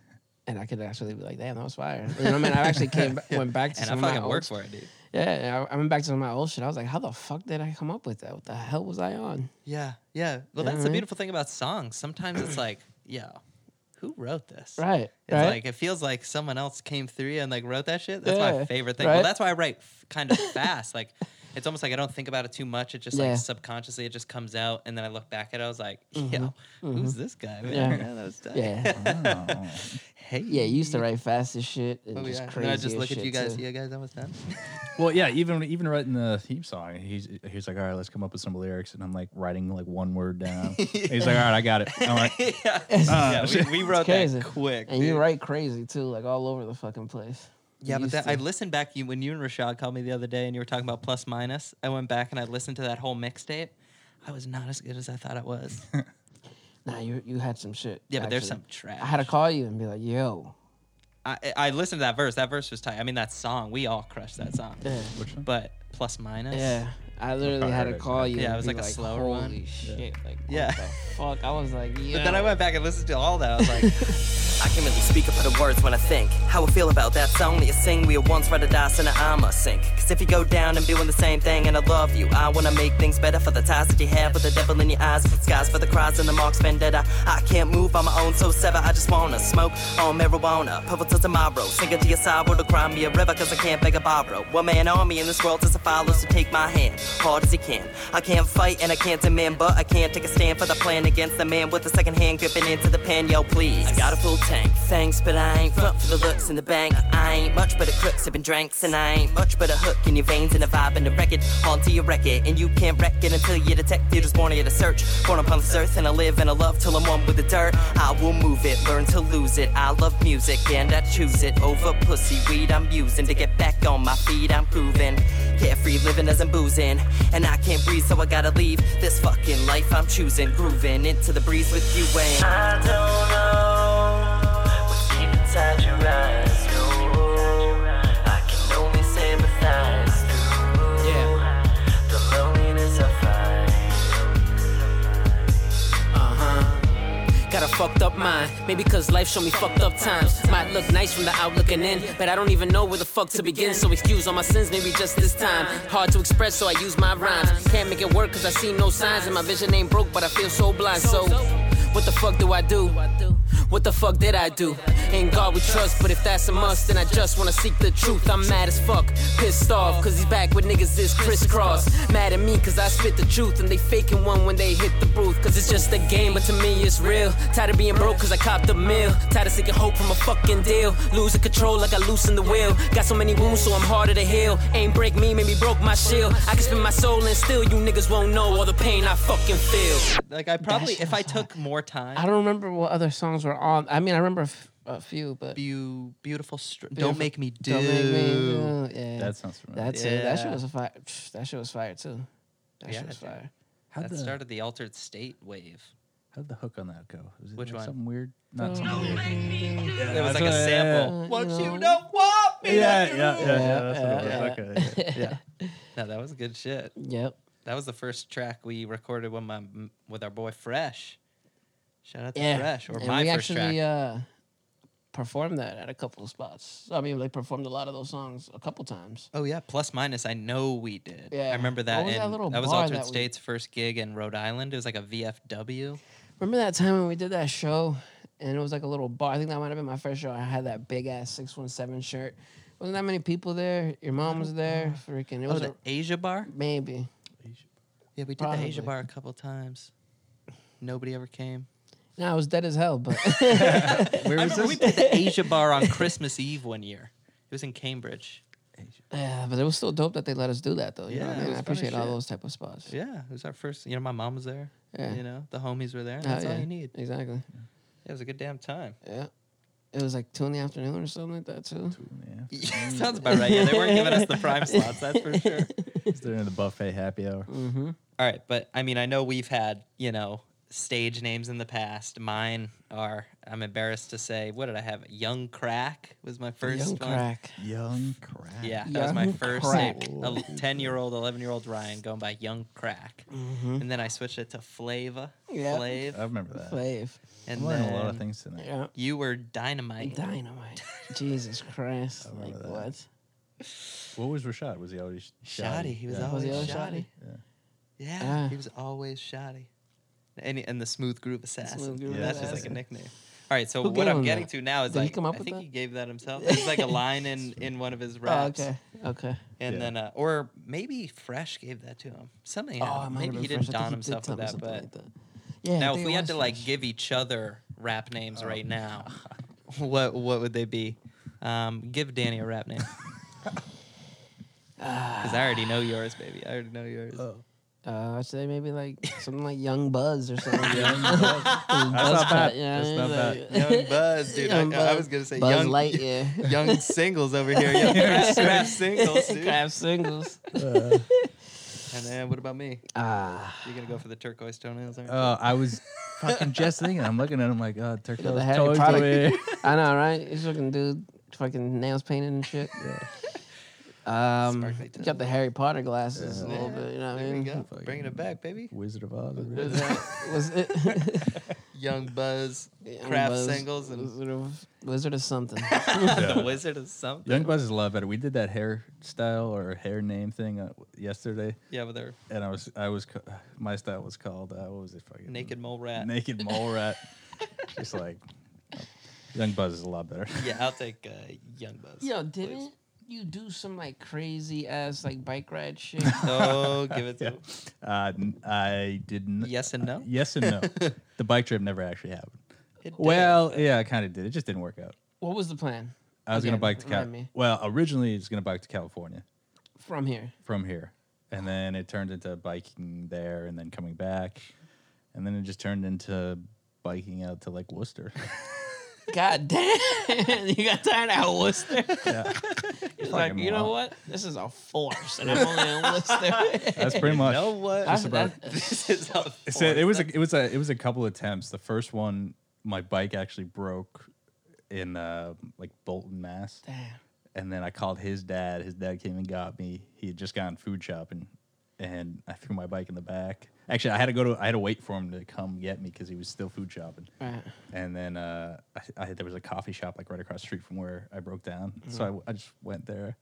Speaker 2: and I could actually be like, damn, that was fire. You know what I mean? I actually came ba- went back to
Speaker 1: And I
Speaker 2: some of my
Speaker 1: fucking
Speaker 2: old
Speaker 1: work for it, dude.
Speaker 2: Yeah, I, I went back to some of my old shit. I was like, how the fuck did I come up with that? What the hell was I on?
Speaker 1: Yeah, yeah. Well,
Speaker 2: Yeah,
Speaker 1: that's the
Speaker 2: right?
Speaker 1: beautiful thing about songs. Sometimes it's like, yeah, who wrote this?
Speaker 2: Right.
Speaker 1: It's
Speaker 2: right.
Speaker 1: like it feels like someone else came through and like wrote that shit. That's
Speaker 2: Yeah,
Speaker 1: my favorite thing.
Speaker 2: right?
Speaker 1: Well, that's why I write f- kind of fast. like it's almost like I don't think about it too much. It just
Speaker 2: Yeah.
Speaker 1: like subconsciously it just comes out, and then I look back at it. I was like, yo, who's this guy? Man?
Speaker 2: Mm-hmm. Yeah.
Speaker 1: that was tight.
Speaker 2: yeah.
Speaker 3: Oh.
Speaker 1: Hey.
Speaker 2: Yeah, you used to write fast as shit and
Speaker 1: Oh,
Speaker 2: just
Speaker 1: yeah. And
Speaker 2: crazy.
Speaker 1: I just
Speaker 2: as
Speaker 1: look at
Speaker 2: shit,
Speaker 1: you guys.
Speaker 2: too.
Speaker 1: Yeah, guys, almost done.
Speaker 3: well, yeah. Even even writing the theme song, he's he's like, all right, let's come up with some lyrics, and I'm like writing like one word down. He's like, all right, I got it. I'm like,
Speaker 1: yeah,
Speaker 3: Ah,
Speaker 1: yeah we, we wrote
Speaker 2: crazy.
Speaker 1: that quick.
Speaker 2: And you
Speaker 1: dude.
Speaker 2: write crazy too, like all over the fucking place.
Speaker 1: Yeah, but
Speaker 2: used
Speaker 1: that,
Speaker 2: to.
Speaker 1: I listened back you, when you and Rashad called me the other day, and you were talking about plus minus. I went back and I listened to that whole mixtape. I was not as good as I thought I was.
Speaker 2: Nah, you you had some shit.
Speaker 1: Yeah, but there's some
Speaker 2: actually.
Speaker 1: trash.
Speaker 2: I had to call you and be like, yo,
Speaker 1: I, I listened to that verse. That verse was tight. I mean, that song. We all crushed that song.
Speaker 2: yeah,
Speaker 3: Which one?
Speaker 1: But plus minus.
Speaker 2: yeah. I literally
Speaker 3: I
Speaker 2: had to
Speaker 3: heard it,
Speaker 2: call
Speaker 3: yeah.
Speaker 2: you.
Speaker 1: Yeah,
Speaker 2: and
Speaker 1: it was
Speaker 2: be
Speaker 1: like a slower
Speaker 2: Holy
Speaker 1: one.
Speaker 2: shit! Like, what
Speaker 1: Yeah.
Speaker 2: the fuck? I was like, yo.
Speaker 1: But then I went back and listened to all that. I was like,
Speaker 6: I can really speak up for the words when I think. How I feel about that song that you sing. We were once rather die, and I must sink. Cause if you go down and be doing the same thing, and I love you, I wanna make things better for the ties that you have with the devil in your eyes, disguise for the cries and the marks vendetta. I can't move on my own, so sever. I just wanna smoke on marijuana, purple till tomorrow. Sing it to your sorrow to cry me a river, cause I can't beg or borrow. One man army in this world as I follow, so take my hand, hard as you can. I can't fight and I can't demand, but I can't take a stand for the plan against the man with the second hand gripping into the pen, yo, please. I got a full tank, thanks, but I ain't front for the looks in the bank. I ain't much but a crook sipping drinks, and I ain't much but a hook in your veins and a vibe in the record, onto your record. And you can't wreck it until you detect it is born here to search. Born upon this earth, and I live and I love till I'm one with the dirt. I will move it, learn to lose it. I love music, and I choose it over pussy weed. I'm using to get back on my feet, I'm proving. Carefree living as I'm boozing. And I can't breathe, so I gotta leave this fucking life I'm choosing. Grooving into the breeze with you and I don't know what's deep inside your eyes. No, I can only sympathize through the loneliness I find.
Speaker 7: Uh-huh. Got a fucked up mind. Maybe cause life showed me fucked up times. Might look nice from the out looking in, but I don't even know where the fuck to begin. So excuse all my sins, maybe just this time. Hard to express, so I use my rhymes. Can't make it work cause I see no signs. And my vision ain't broke, but I feel so blind. So what the fuck do I do? What the fuck did I do? In God we trust, but if that's a must, then I just wanna seek the truth. I'm mad as fuck, pissed off, cause he's back with niggas this crisscross. Mad at me cause I spit the truth, and they faking one when they hit the booth. Cause it's just a game, but to me it's real. Tired of being broke cause I copped a meal. Tired of seeking hope from a fucking deal. Losing control like I loosen the wheel. Got so many wounds, so I'm harder to heal. Ain't break me, made me broke my shield. I can spin my soul and still you niggas won't know all the pain I fucking feel.
Speaker 1: like I probably
Speaker 2: shit
Speaker 1: if I took more time,
Speaker 2: I don't remember what other songs were on. I mean, I remember a, f- a few, but
Speaker 1: Beau- beautiful, str-
Speaker 2: Beautiful-
Speaker 1: don't make me do.
Speaker 2: Don't Make Me Do, yeah.
Speaker 3: That sounds familiar.
Speaker 2: That's it. That shit
Speaker 1: Yeah.
Speaker 2: was a fire. psh, That shit was fire too. That
Speaker 1: Yeah,
Speaker 2: shit was
Speaker 1: dude.
Speaker 2: fire.
Speaker 3: How'd
Speaker 1: that
Speaker 3: the-
Speaker 1: started the altered state wave.
Speaker 3: How'd the hook on that go? Was it
Speaker 1: Which
Speaker 3: like
Speaker 1: one?
Speaker 3: Something weird. Not something weird. Yeah,
Speaker 1: It was
Speaker 3: that's
Speaker 1: like a
Speaker 3: what- yeah,
Speaker 1: sample.
Speaker 2: yeah.
Speaker 1: Won't
Speaker 2: Uh, You
Speaker 1: you
Speaker 2: know.
Speaker 1: not want me?
Speaker 3: Yeah, yeah, yeah. yeah,
Speaker 2: Yeah,
Speaker 3: that's what it
Speaker 2: yeah,
Speaker 3: was. Okay, yeah, yeah.
Speaker 1: No, that was good shit.
Speaker 2: Yep.
Speaker 1: That was the first track we recorded with my with our boy Fresh. Shout out to
Speaker 2: Yeah.
Speaker 1: Fresh or
Speaker 2: and
Speaker 1: my
Speaker 2: we
Speaker 1: first
Speaker 2: actually
Speaker 1: track.
Speaker 2: uh performed that at a couple of spots. I mean, they performed a lot of those songs a couple times.
Speaker 1: oh yeah, plus minus. I know we did.
Speaker 2: Yeah.
Speaker 1: I remember
Speaker 2: What
Speaker 1: that.
Speaker 2: was that
Speaker 1: and
Speaker 2: little
Speaker 1: that was
Speaker 2: bar
Speaker 1: Altered
Speaker 2: that we-
Speaker 1: State's first gig in Rhode Island. It was like a VFW.
Speaker 2: Remember that time when we did that show and it was like a little bar. I think that might have been my first show. I had that big ass 617 shirt. Wasn't that many people there? Your mom was there. Freaking. It
Speaker 1: Oh,
Speaker 2: was
Speaker 1: the
Speaker 2: a-
Speaker 1: Asia Bar.
Speaker 2: maybe.
Speaker 1: Yeah, we did the
Speaker 2: Probably.
Speaker 1: Asia Bar a couple times. Nobody ever came.
Speaker 2: No, I was dead as hell, but
Speaker 1: Where was this? We played the Asia Bar on Christmas Eve one year. It was in Cambridge.
Speaker 2: yeah, but it was still dope that they let us do that though. You know
Speaker 1: Yeah, it
Speaker 2: what I mean?
Speaker 1: was
Speaker 2: I
Speaker 1: fun
Speaker 2: appreciate
Speaker 1: as
Speaker 2: all
Speaker 1: shit.
Speaker 2: those type of spots.
Speaker 1: Yeah, it was our first. You know, my mom was there.
Speaker 2: Yeah.
Speaker 1: You know, the homies were there.
Speaker 2: Oh,
Speaker 1: That's all
Speaker 2: yeah.
Speaker 1: you need.
Speaker 2: Exactly.
Speaker 1: It was a good damn time.
Speaker 2: Yeah. It was like two in the afternoon or something like that too.
Speaker 3: Yeah.
Speaker 1: Yeah, sounds about right. Yeah, they weren't giving us the prime slots, that's for sure.
Speaker 3: Is there in the buffet happy hour?
Speaker 1: All right, but I mean, I know we've had you know stage names in the past. Mine are I'm embarrassed to say. What did I have? Young Crack was my first
Speaker 2: Young
Speaker 1: one.
Speaker 2: crack.
Speaker 3: Young crap.
Speaker 1: Yeah, that was my
Speaker 2: Young
Speaker 1: first
Speaker 2: Crack.
Speaker 1: name. Ten year old, eleven year old Ryan going by Young Crack, and then I switched it to Flava,
Speaker 2: Yeah.
Speaker 3: I
Speaker 1: Flav,
Speaker 3: remember that.
Speaker 2: Fave.
Speaker 1: and
Speaker 3: I'm learning a lot of
Speaker 1: then
Speaker 3: things tonight.
Speaker 2: Yeah.
Speaker 1: you were Dynamite.
Speaker 2: Dynamite. Jesus Christ. Like
Speaker 3: remember that.
Speaker 2: what?
Speaker 3: What was Rashad? Was he always
Speaker 1: Shoddy, he was
Speaker 3: Yeah.
Speaker 1: always
Speaker 2: Was he always
Speaker 1: shoddy.
Speaker 2: shoddy?
Speaker 1: Yeah,
Speaker 2: Ah.
Speaker 1: he was always shoddy. And, and the smooth groove assassin.
Speaker 2: Groove
Speaker 1: That's just like a
Speaker 2: Assassin.
Speaker 1: nickname. All right, so
Speaker 2: Who
Speaker 1: what
Speaker 2: gave
Speaker 1: I'm
Speaker 2: him
Speaker 1: getting
Speaker 2: that?
Speaker 1: to now is
Speaker 2: Did he
Speaker 1: like
Speaker 2: come up
Speaker 1: I
Speaker 2: with
Speaker 1: think
Speaker 2: that? Oh,
Speaker 1: he gave that himself. It's like a line in in one of his raps.
Speaker 2: okay. Okay.
Speaker 1: And
Speaker 3: Yeah.
Speaker 1: then, uh, or maybe Fresh gave that to him. Something.
Speaker 2: Oh, I
Speaker 1: happened.
Speaker 2: might have
Speaker 1: maybe
Speaker 2: been
Speaker 1: he
Speaker 2: fresh. I
Speaker 1: didn't
Speaker 2: think
Speaker 1: don himself
Speaker 2: did tell
Speaker 1: with
Speaker 2: me
Speaker 1: that.
Speaker 2: something
Speaker 1: But
Speaker 2: like that. Yeah. I
Speaker 1: now,
Speaker 2: think
Speaker 1: if
Speaker 2: it
Speaker 1: we had
Speaker 2: was
Speaker 1: to like
Speaker 2: fresh.
Speaker 1: give each other rap names right now, what what would they be? Um, give Danny a rap name. Because I already know yours, baby. I already know yours.
Speaker 2: Uh, I say maybe like something like Young Buzz or something. Young
Speaker 3: not bad. That's not bad.
Speaker 1: Young Buzz, dude. I, I was gonna say
Speaker 2: Buzz
Speaker 1: young,
Speaker 2: Lightyear.
Speaker 1: young singles over here. Young rap, rap singles, dude.
Speaker 2: Craft singles.
Speaker 1: And then what about me?
Speaker 2: Ah,
Speaker 1: You're gonna go for the turquoise toenails? aren't you?
Speaker 2: Um,
Speaker 3: Uh, I was fucking just thinking. I'm looking at him like, oh, Turkey
Speaker 2: the
Speaker 3: toys
Speaker 2: heavy
Speaker 3: over
Speaker 2: product.
Speaker 3: here.
Speaker 2: I know, right? This fucking dude, fucking nails painted and shit. Um,
Speaker 1: Sparkly
Speaker 2: you got the Harry Potter glasses a little
Speaker 1: Yeah,
Speaker 2: bit. You know what I
Speaker 1: there you
Speaker 2: mean?
Speaker 1: go. Bringing it back, baby.
Speaker 3: Wizard of Oz. over
Speaker 2: Was
Speaker 3: here.
Speaker 2: that- was it
Speaker 1: Young Buzz,
Speaker 2: Young
Speaker 1: craft
Speaker 2: Buzz,
Speaker 1: singles, and
Speaker 2: Wizard of, Wizard of something?
Speaker 1: the Wizard of something.
Speaker 3: Young Buzz is a lot better. We did that hairstyle or hair name thing uh, yesterday,
Speaker 1: Yeah, with her
Speaker 3: and I was I was ca- my style was called uh, what was it fucking
Speaker 1: naked mole rat.
Speaker 3: naked mole rat. Just like uh, Young Buzz is a lot better.
Speaker 1: Yeah, I'll take uh, Young Buzz.
Speaker 2: Yo,
Speaker 1: please.
Speaker 2: didn't you do some like crazy ass like bike ride shit?
Speaker 1: Oh, give it to
Speaker 3: Yeah.
Speaker 1: him.
Speaker 3: Uh, n- I didn't.
Speaker 1: Yes and no?
Speaker 3: yes and no. the bike trip never actually happened.
Speaker 1: It did.
Speaker 3: Well, yeah, I kind of did. It just didn't work out.
Speaker 2: what was the plan?
Speaker 3: I was
Speaker 2: Again,
Speaker 3: gonna bike to
Speaker 2: remind
Speaker 3: Cal-
Speaker 2: me.
Speaker 3: Well, originally it was gonna bike to California
Speaker 2: From here.
Speaker 3: from here, and then it turned into biking there and then coming back, and then it just turned into biking out to like Worcester.
Speaker 2: God damn. you got tired out of Worcester.
Speaker 3: yeah,
Speaker 2: It's like,
Speaker 3: Fucking
Speaker 2: you know what? This is a force, and I'm only in Worcester.
Speaker 3: that's pretty much.
Speaker 1: You know what?
Speaker 2: That's-
Speaker 3: about-
Speaker 2: that's-
Speaker 1: this is a
Speaker 3: It said- it
Speaker 1: force.
Speaker 3: was a, it was a it was a couple attempts. The first one, my bike actually broke in uh, like Bolton, Mass,
Speaker 2: damn.
Speaker 3: and then I called his dad. His dad came and got me. He had just gone food shopping, and I threw my bike in the back. Actually, I had to go to I had to wait for him to come get me because he was still food shopping.
Speaker 2: Right.
Speaker 3: And then uh, I, I, there was a coffee shop like right across the street from where I broke down.
Speaker 2: Mm-hmm.
Speaker 3: So I, I just went there.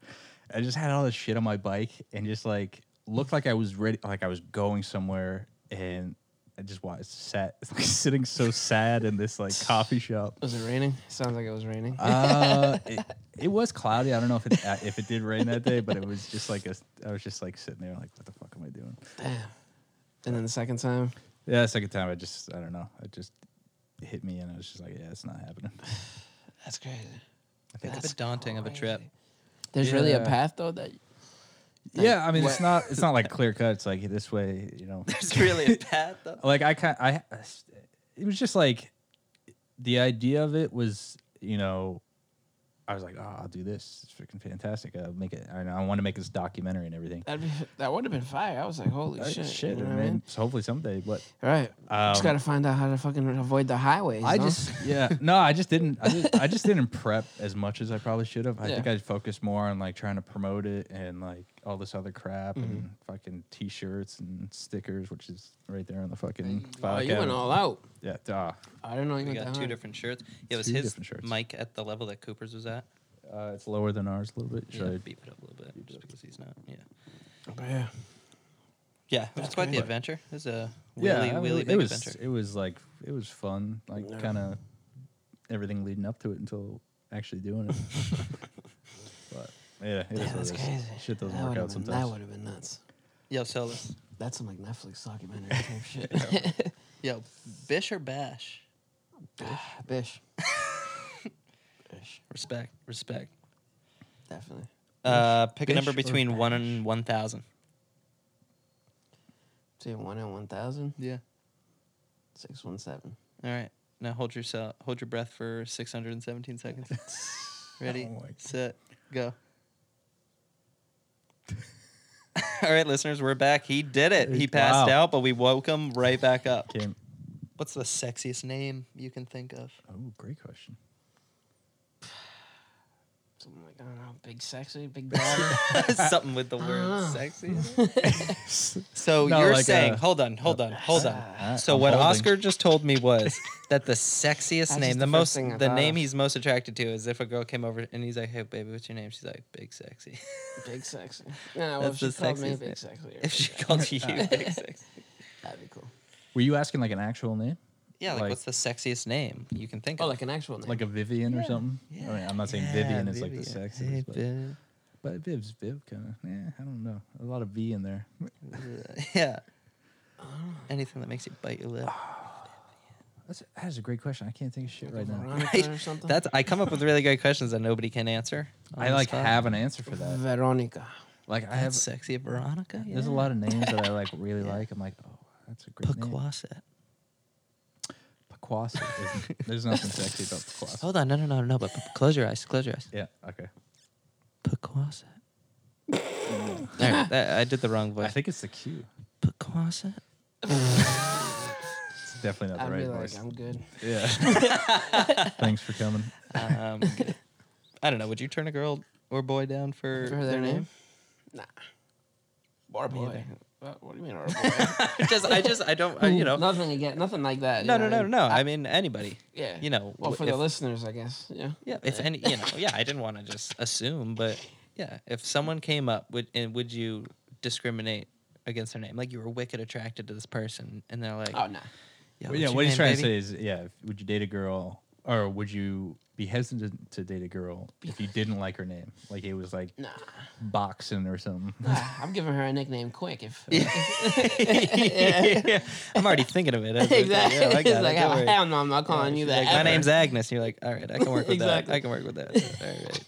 Speaker 3: I just had all this shit on my bike and just like looked like I was ready, like I was going somewhere. And I just was sat, like, sitting so sad in this like coffee shop.
Speaker 2: Was it raining? Sounds like it was raining.
Speaker 3: Uh, it, it was cloudy. I don't know if it uh, if it did rain that day, but it was just like a. I was just like sitting there, like, what the fuck am I doing?
Speaker 2: damn. And then the second time,
Speaker 3: Yeah, second time, I just, I don't know, it just hit me, and I was just like, yeah, it's not happening.
Speaker 2: that's crazy.
Speaker 1: It's a bit daunting of a trip.
Speaker 2: There's really a
Speaker 3: Yeah.
Speaker 2: path though that
Speaker 3: Yeah, I mean, it's not it's not like clear cut. It's like this way, you know.
Speaker 1: There's really a path, though.
Speaker 3: Like I kind I, it was just like, the idea of it was, you know, I was like, oh, I'll do this. It's freaking fantastic. I'll make it. I, I want to make this documentary and everything.
Speaker 2: that'd be, that would have been fire. I was like, holy
Speaker 3: Like,
Speaker 2: shit,
Speaker 3: shit,
Speaker 2: you
Speaker 3: and
Speaker 2: know what I
Speaker 3: then
Speaker 2: mean?
Speaker 3: so hopefully someday. But
Speaker 2: Right. just
Speaker 3: Um,
Speaker 2: gotta find out how to fucking avoid the highways.
Speaker 3: I
Speaker 2: no?
Speaker 3: just yeah no I just didn't I just, I just didn't prep as much as I probably should have. I
Speaker 2: Yeah.
Speaker 3: think I focused more on like trying to promote it and like all this other crap
Speaker 2: Mm-hmm.
Speaker 3: and fucking t-shirts and stickers, which is right there on the fucking.
Speaker 2: Oh,
Speaker 3: file
Speaker 2: you went
Speaker 3: cabinet.
Speaker 2: all out.
Speaker 3: Yeah, duh.
Speaker 2: I don't know. You
Speaker 1: We
Speaker 2: went
Speaker 1: got
Speaker 2: that
Speaker 1: two
Speaker 2: hard.
Speaker 1: different shirts. Yeah, it was
Speaker 3: Two
Speaker 1: his
Speaker 3: different shirts.
Speaker 1: mic at the level that Cooper's was at.
Speaker 3: Uh, it's lower than ours a little bit.
Speaker 1: Should
Speaker 3: Should
Speaker 1: I
Speaker 3: I-
Speaker 1: beef it up a little bit just because he's not? Yeah.
Speaker 2: But yeah.
Speaker 1: Yeah, it was quite the
Speaker 3: great.
Speaker 1: adventure. It was a wheelie,
Speaker 3: Yeah, I mean,
Speaker 1: wheelie
Speaker 3: it
Speaker 1: big
Speaker 3: was
Speaker 1: adventure.
Speaker 3: it was like it was fun, like
Speaker 2: Yeah.
Speaker 3: kind of everything leading up to it until actually doing it. but yeah, it is
Speaker 2: Yeah,
Speaker 3: what
Speaker 2: that's
Speaker 3: it is.
Speaker 2: crazy.
Speaker 3: Shit doesn't
Speaker 2: That
Speaker 3: work
Speaker 2: would've
Speaker 3: out
Speaker 2: been-
Speaker 3: sometimes.
Speaker 2: That would have been nuts.
Speaker 1: Yo, so this-
Speaker 2: That's some like Netflix documentary type shit.
Speaker 1: yo, bish or bash?
Speaker 2: Bish. Bish,
Speaker 1: Respect, respect.
Speaker 2: definitely.
Speaker 1: Uh, pick a number
Speaker 3: Bish or
Speaker 1: between one and one thousand.
Speaker 2: Say one in one thousand,
Speaker 1: Yeah.
Speaker 2: six one seven.
Speaker 1: All right. Now hold yourself, hold your breath for six hundred and seventeen seconds. Ready,
Speaker 3: Oh my God.
Speaker 1: set, go. All right, listeners, we're back. He did it. He passed
Speaker 3: Wow.
Speaker 1: out, but we woke him right back up.
Speaker 3: Can't-
Speaker 1: What's the sexiest name you can think of?
Speaker 3: Oh, great question.
Speaker 2: Something like I don't know, big sexy, big bad.
Speaker 1: Something with the word
Speaker 2: know.
Speaker 1: sexy. in it. so
Speaker 3: No,
Speaker 1: you're
Speaker 3: like,
Speaker 1: saying,
Speaker 3: uh,
Speaker 1: hold on, hold on, hold on.
Speaker 3: I-
Speaker 1: so
Speaker 3: I'm
Speaker 1: what
Speaker 3: holding.
Speaker 1: Oscar just told me was that the sexiest
Speaker 2: That's
Speaker 1: name, the,
Speaker 2: just the first
Speaker 1: most,
Speaker 2: thing I
Speaker 1: the
Speaker 2: thought
Speaker 1: name
Speaker 2: of.
Speaker 1: he's most attracted to is if a girl came over and he's like, hey baby, what's your name? She's like, big sexy.
Speaker 2: big sexy. No, well,
Speaker 1: That's
Speaker 2: if she
Speaker 1: the
Speaker 2: called me
Speaker 1: sexiest name.
Speaker 2: big sexy, or
Speaker 1: if she
Speaker 2: big-
Speaker 1: called you big sexy,
Speaker 2: that'd be cool.
Speaker 3: Were you asking like an actual name?
Speaker 1: Yeah, like,
Speaker 3: Like-
Speaker 1: what's the sexiest name you can think
Speaker 2: Oh,
Speaker 1: of?
Speaker 2: like an actual name.
Speaker 3: like a Vivian or something. I mean, I'm not saying
Speaker 1: Yeah,
Speaker 3: Vivian is like the
Speaker 1: Vivian.
Speaker 3: sexiest,
Speaker 1: Hey,
Speaker 3: but,
Speaker 1: Viv.
Speaker 3: but Viv's Viv kind of. Yeah, I don't know. A lot of V in there.
Speaker 1: yeah.
Speaker 2: Ah.
Speaker 1: Anything that makes you bite your lip.
Speaker 3: That's that is a great question. I can't think of shit right now.
Speaker 2: Veronica or something.
Speaker 1: That's I come up with really great questions that nobody can answer. on
Speaker 3: I
Speaker 1: the
Speaker 3: like
Speaker 1: spot.
Speaker 3: have an answer for that.
Speaker 2: Veronica.
Speaker 3: Like I
Speaker 1: That's
Speaker 3: have.
Speaker 1: sexy Veronica.
Speaker 3: There's a
Speaker 1: yeah.
Speaker 3: lot of names that I like really like. I'm like, oh, that's a great name.
Speaker 1: Pequasset.
Speaker 3: Pequasset. isn't- There's nothing sexy about Pequasset.
Speaker 1: Hold on, no, no, no, no. But p- close your eyes. Close your eyes.
Speaker 3: Yeah. Okay.
Speaker 1: Pequasset. All right, that, I did the wrong
Speaker 3: I
Speaker 1: voice.
Speaker 3: think it's the Q.
Speaker 1: Pequasset.
Speaker 3: It's definitely not
Speaker 2: I'd
Speaker 3: the
Speaker 2: be
Speaker 3: right
Speaker 2: like,
Speaker 3: voice.
Speaker 2: I'm good.
Speaker 3: Yeah. Thanks for coming.
Speaker 1: Um, I don't know. Would you turn a girl or boy down for,
Speaker 2: For their name? Nah. Bar boy.
Speaker 1: either.
Speaker 2: What, what do you mean, bar boy?
Speaker 1: just, I just, I don't, I, you know. No,
Speaker 2: nothing again, nothing like that. you
Speaker 1: no,
Speaker 2: know
Speaker 1: no,
Speaker 2: what I
Speaker 1: no,
Speaker 2: mean?
Speaker 1: no. I mean, anybody.
Speaker 2: Yeah.
Speaker 1: You know.
Speaker 2: Well,
Speaker 1: w-
Speaker 2: for
Speaker 1: if,
Speaker 2: the listeners, I guess. Yeah.
Speaker 1: Yeah, if any, you know, yeah, I didn't want to just assume, but yeah, if someone came up, would and would you discriminate against their name? Like you were wicked attracted to this person, and they're like,
Speaker 2: Oh no.
Speaker 1: "Yo,
Speaker 3: Well, yeah,
Speaker 1: what's
Speaker 3: what
Speaker 1: your
Speaker 3: he's
Speaker 1: name,
Speaker 3: trying
Speaker 1: baby?"
Speaker 3: to say is, yeah, if, would you date a girl or would you be hesitant to date a girl if you didn't like her name? Like it was like
Speaker 2: Nah.
Speaker 3: boxing or something.
Speaker 2: Ah, I'm giving her a nickname quick. If
Speaker 1: yeah. I'm already thinking of it. I was like,
Speaker 2: exactly,
Speaker 1: "Yeah, I got
Speaker 2: it's
Speaker 1: it, don't
Speaker 2: like hell,
Speaker 1: worry."
Speaker 2: hell no, I'm not calling you
Speaker 1: She's
Speaker 2: that.
Speaker 1: like, my
Speaker 2: ever."
Speaker 1: name's Agnes. You're like, all right, I can work with
Speaker 2: Exactly.
Speaker 1: that. I can work with that. All right.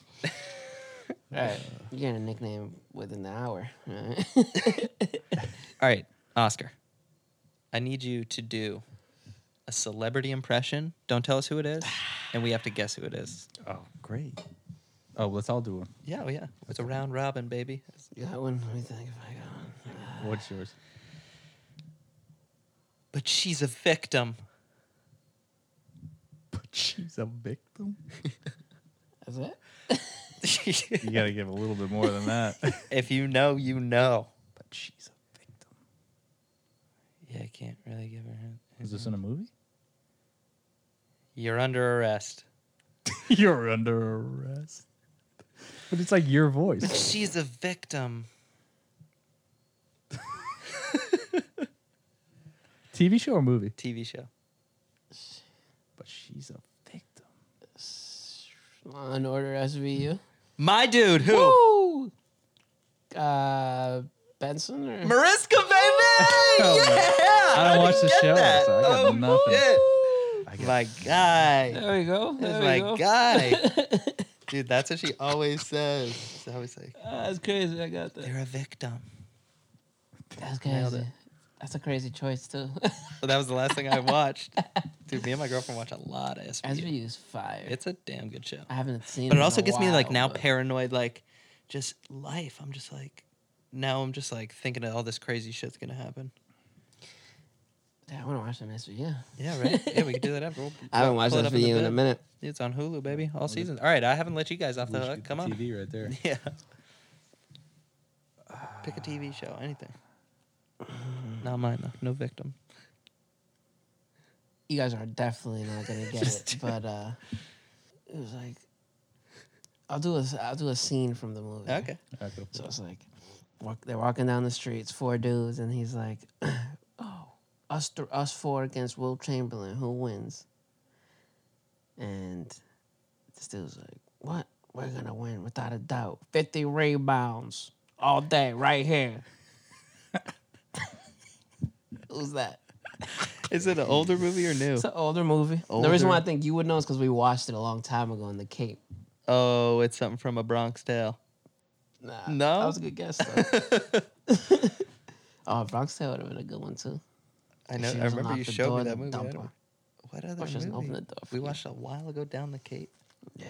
Speaker 2: All right. You're getting a nickname within the hour. right?
Speaker 1: All right, Oscar. I need you to do a celebrity impression. Don't tell us who it is, and we have to guess who it is.
Speaker 3: Oh, great. Oh, let's all do one.
Speaker 1: Yeah, well, yeah. It's a round robin, baby.
Speaker 2: You got one. Let me think if I got one.
Speaker 3: What's yours?
Speaker 1: But she's a victim.
Speaker 3: But she's a victim.
Speaker 2: That's it.
Speaker 3: You gotta give a little bit more than that. but
Speaker 1: if you know, you know.
Speaker 3: she's a victim.
Speaker 1: Yeah, I can't really give her a hint.
Speaker 3: Is this in a movie?
Speaker 1: You're under arrest.
Speaker 3: You're under arrest. But it's like your
Speaker 1: But
Speaker 3: voice.
Speaker 1: she's a victim.
Speaker 3: TV show or movie?
Speaker 1: TV show.
Speaker 3: But she's a victim.
Speaker 2: Law and Order SVU.
Speaker 1: My dude, who?
Speaker 2: Woo! Uh, Benson or
Speaker 1: Mariska, baby!
Speaker 2: Oh,
Speaker 1: yeah!
Speaker 3: I don't watch the show,
Speaker 1: that.
Speaker 3: so I got
Speaker 1: Oh,
Speaker 3: nothing.
Speaker 1: yeah.
Speaker 3: I got
Speaker 1: My guy.
Speaker 2: There we go. There
Speaker 1: That's
Speaker 2: we
Speaker 1: Oh my
Speaker 2: go.
Speaker 1: guy. Dude, that's what she always says. She's always like,
Speaker 2: Ah, that's crazy. I got that.
Speaker 1: they're a victim.
Speaker 2: That's
Speaker 1: Nailed
Speaker 2: crazy. That's a crazy choice too.
Speaker 1: Well, that was the last thing I watched. Dude, me and my girlfriend watch a lot of SVU.
Speaker 2: SVU's fire.
Speaker 1: It's a damn good show.
Speaker 2: I haven't seen.
Speaker 1: but
Speaker 2: in
Speaker 1: it also
Speaker 2: a
Speaker 1: gets me like
Speaker 2: while,
Speaker 1: now
Speaker 2: but-
Speaker 1: paranoid like just life i'm just like now i'm just like thinking of all this crazy shit's gonna happen
Speaker 2: Yeah, I want to watch them SVU.
Speaker 1: yeah right yeah we could do that after we'll
Speaker 2: I haven't watched
Speaker 1: pull it up
Speaker 2: SVU in,
Speaker 1: the
Speaker 2: a
Speaker 1: bed.
Speaker 2: minute.
Speaker 1: it's on hulu baby all seasons all right i haven't let you guys off the
Speaker 3: We should
Speaker 1: hook
Speaker 3: get
Speaker 1: come
Speaker 3: the
Speaker 1: on
Speaker 3: TV right there.
Speaker 1: yeah pick a tv show anything not mine though no victim
Speaker 2: You guys are definitely not gonna get it. But uh, it was like, I'll do a I'll do a scene from the movie.
Speaker 1: okay
Speaker 3: Okay.
Speaker 2: So it's like, walk, they're walking down the streets, four dudes, and he's like, "Oh, us th- us four against Will Chamberlain, who wins?" And this dude's like, "What? We're gonna win without a doubt. Fifty rebounds all day, right here." Who's that?
Speaker 1: is it an older movie or new
Speaker 2: It's an older movie. The reason why I
Speaker 1: Older.
Speaker 2: think you would know is because we watched it a long time ago in the Cape.
Speaker 1: oh it's something from a bronx tale
Speaker 2: Nah,
Speaker 1: No?
Speaker 2: that was a good guess. Though. oh, Bronx Tale would have been a good one too.
Speaker 1: i know
Speaker 2: She
Speaker 1: i
Speaker 2: was
Speaker 1: remember
Speaker 2: unlocked
Speaker 1: you
Speaker 2: the
Speaker 1: showed
Speaker 2: door
Speaker 1: me
Speaker 2: and
Speaker 1: that movie I
Speaker 2: dumped
Speaker 1: don't-
Speaker 2: her.
Speaker 1: what other
Speaker 2: Or she doesn't
Speaker 1: movie?
Speaker 2: open the door for
Speaker 1: we
Speaker 2: you.
Speaker 1: watched a while ago down the cape
Speaker 2: Yeah,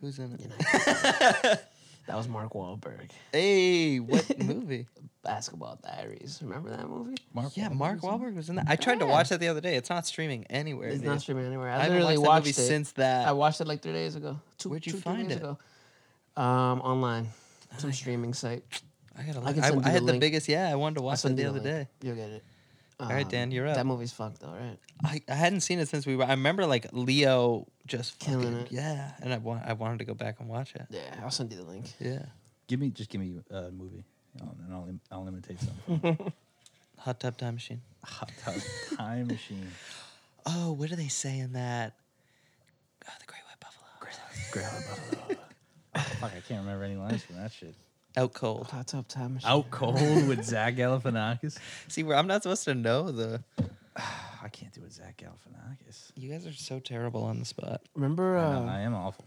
Speaker 1: Who's in it?
Speaker 2: that was Mark Wahlberg.
Speaker 1: Hey, what movie?
Speaker 2: Basketball Diaries. Remember that movie?
Speaker 3: Mark
Speaker 1: yeah,
Speaker 3: Wahlberg
Speaker 1: Mark
Speaker 3: was in it?
Speaker 1: Wahlberg was in that. I tried to watch that the other day. It's not streaming anywhere.
Speaker 2: It's
Speaker 1: dude.
Speaker 2: not streaming anywhere.
Speaker 1: I
Speaker 2: I,
Speaker 1: haven't
Speaker 2: literally
Speaker 1: watched,
Speaker 2: watched
Speaker 1: that movie
Speaker 2: it.
Speaker 1: since that.
Speaker 2: I watched it like three days ago. Two,
Speaker 1: Where'd you
Speaker 2: two, three
Speaker 1: find
Speaker 2: days
Speaker 1: it?
Speaker 2: Ago. Um, online, some streaming site.
Speaker 1: I, gotta
Speaker 2: I
Speaker 1: look.
Speaker 2: can
Speaker 1: I,
Speaker 2: send
Speaker 1: I
Speaker 2: you the
Speaker 1: had the
Speaker 2: link.
Speaker 1: biggest. Yeah, I wanted to watch
Speaker 2: I'll
Speaker 1: it
Speaker 2: send
Speaker 1: the
Speaker 2: you
Speaker 1: other day.
Speaker 2: link. You'll get it. Um,
Speaker 1: All right, Dan, you're up.
Speaker 2: That movie's fucked though, right?
Speaker 1: I, I hadn't seen it since we were. I remember like Leo just
Speaker 2: Killing
Speaker 1: fucking-
Speaker 2: it.
Speaker 1: Yeah, and I want I wanted to go back and watch it.
Speaker 2: Yeah, I'll send you the link.
Speaker 1: Yeah,
Speaker 3: Give me, just give me a movie, um, and I'll, im- I'll imitate something.
Speaker 1: Hot Tub Time Machine.
Speaker 3: Hot Tub Time Machine.
Speaker 1: oh, what do they say in that? Oh, the Great White Buffalo. or something.
Speaker 3: Oh, Fuck, I can't remember any lines from that shit.
Speaker 1: Out cold.
Speaker 2: Hot tub time machine.
Speaker 3: Out cold with Zach Galifianakis.
Speaker 1: See, where I'm not supposed to know the.
Speaker 3: I can't do it, Zach Galifianakis.
Speaker 1: You guys are so terrible on the spot.
Speaker 2: Remember?
Speaker 3: I
Speaker 2: Uh,
Speaker 3: know, I am awful.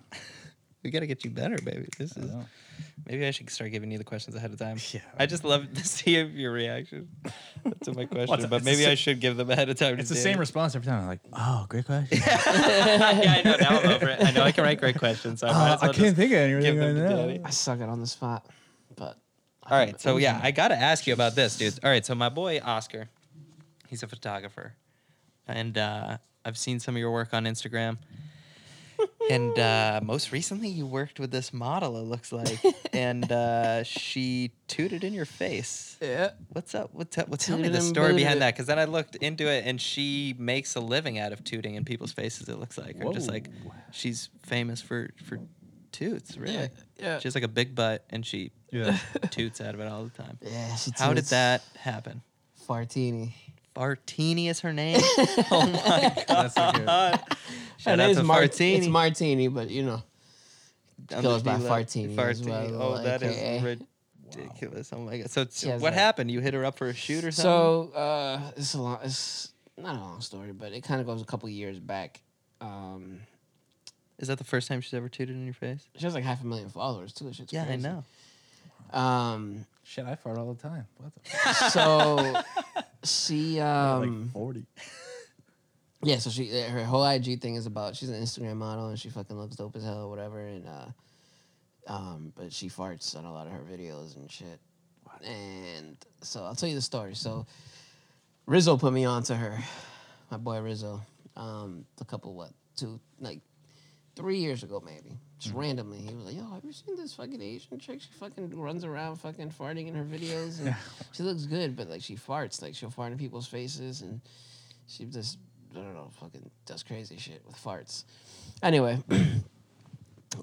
Speaker 1: We gotta get you better, baby. This
Speaker 3: I
Speaker 1: is
Speaker 3: know.
Speaker 1: maybe I should start giving you the questions ahead of time.
Speaker 3: Yeah.
Speaker 1: I just love to see if your reaction to my
Speaker 3: What's
Speaker 1: question,
Speaker 3: up?
Speaker 1: but
Speaker 3: It's the
Speaker 1: maybe
Speaker 3: sa-
Speaker 1: I should give them ahead of time.
Speaker 3: It's the same response every time. I'm like, oh, great question.
Speaker 1: yeah, I know. Now I'm over it. I know I can write great questions. So I, might
Speaker 3: Uh,
Speaker 1: as
Speaker 3: I
Speaker 1: well
Speaker 3: can't
Speaker 1: just-
Speaker 3: think of anything
Speaker 1: give
Speaker 3: right
Speaker 1: them to
Speaker 3: now.
Speaker 1: Daddy.
Speaker 2: I suck it on the spot, but
Speaker 1: All right, so yeah, I gotta ask you about this, dude. All right, so my boy Oscar, he's a photographer, and uh, I've seen some of your work on Instagram. And uh, most recently, you worked with this model. It looks like, and uh, she tooted in your face.
Speaker 2: yeah.
Speaker 1: What's up? What's up? What's tell me
Speaker 2: Tooted
Speaker 1: the
Speaker 2: and
Speaker 1: story behind
Speaker 2: booted.
Speaker 1: that? Because then I looked into it, and she makes a living out of tooting in people's faces. It looks like, or just like
Speaker 3: Whoa.
Speaker 1: she's famous for for toots. Really,
Speaker 2: yeah.
Speaker 1: She has like a big butt, and she
Speaker 3: Yeah.
Speaker 1: toots out of it all the time.
Speaker 2: Yeah, she
Speaker 1: How did
Speaker 2: toots.
Speaker 1: that happen?
Speaker 2: Fartini?
Speaker 1: Bartini is her name. Oh
Speaker 3: That's like a-
Speaker 1: Shout out to Fartini.
Speaker 2: It's Martini, but you know.
Speaker 1: I'm
Speaker 2: goes
Speaker 1: just
Speaker 2: by
Speaker 1: being like,
Speaker 2: Fartini as well,
Speaker 1: Oh, that is
Speaker 2: aka.
Speaker 1: ridiculous. Oh my god. So t-
Speaker 2: She has
Speaker 1: what
Speaker 2: like-
Speaker 1: happened? You hit her up for a shoot or something?
Speaker 2: So uh, it's a long. It's not a long story, but it kind of goes a couple years back. Um,
Speaker 1: is that the first time she's ever tooted in your face?
Speaker 2: she has like half a million followers too. Shit's
Speaker 1: Yeah, I
Speaker 2: crazy.
Speaker 1: know.
Speaker 2: Um,
Speaker 3: Shit, I fart all the time. What the fuck?
Speaker 2: so she um,
Speaker 3: like 40.
Speaker 2: Yeah, so she her whole IG thing is about she's an Instagram model and she fucking looks dope as hell or whatever and uh um but she farts on a lot of her videos and shit. And so I'll tell you the story. So Rizzo put me on to her. My boy Rizzo. Um a couple what, two like three years ago maybe. Just
Speaker 1: Mm-hmm.
Speaker 2: randomly. He was like, Yo, have you seen this fucking Asian chick? She fucking runs around fucking farting in her videos and she looks good, but like she farts. Like she'll fart in people's faces and she just I don't know, fucking does crazy shit with farts. Anyway,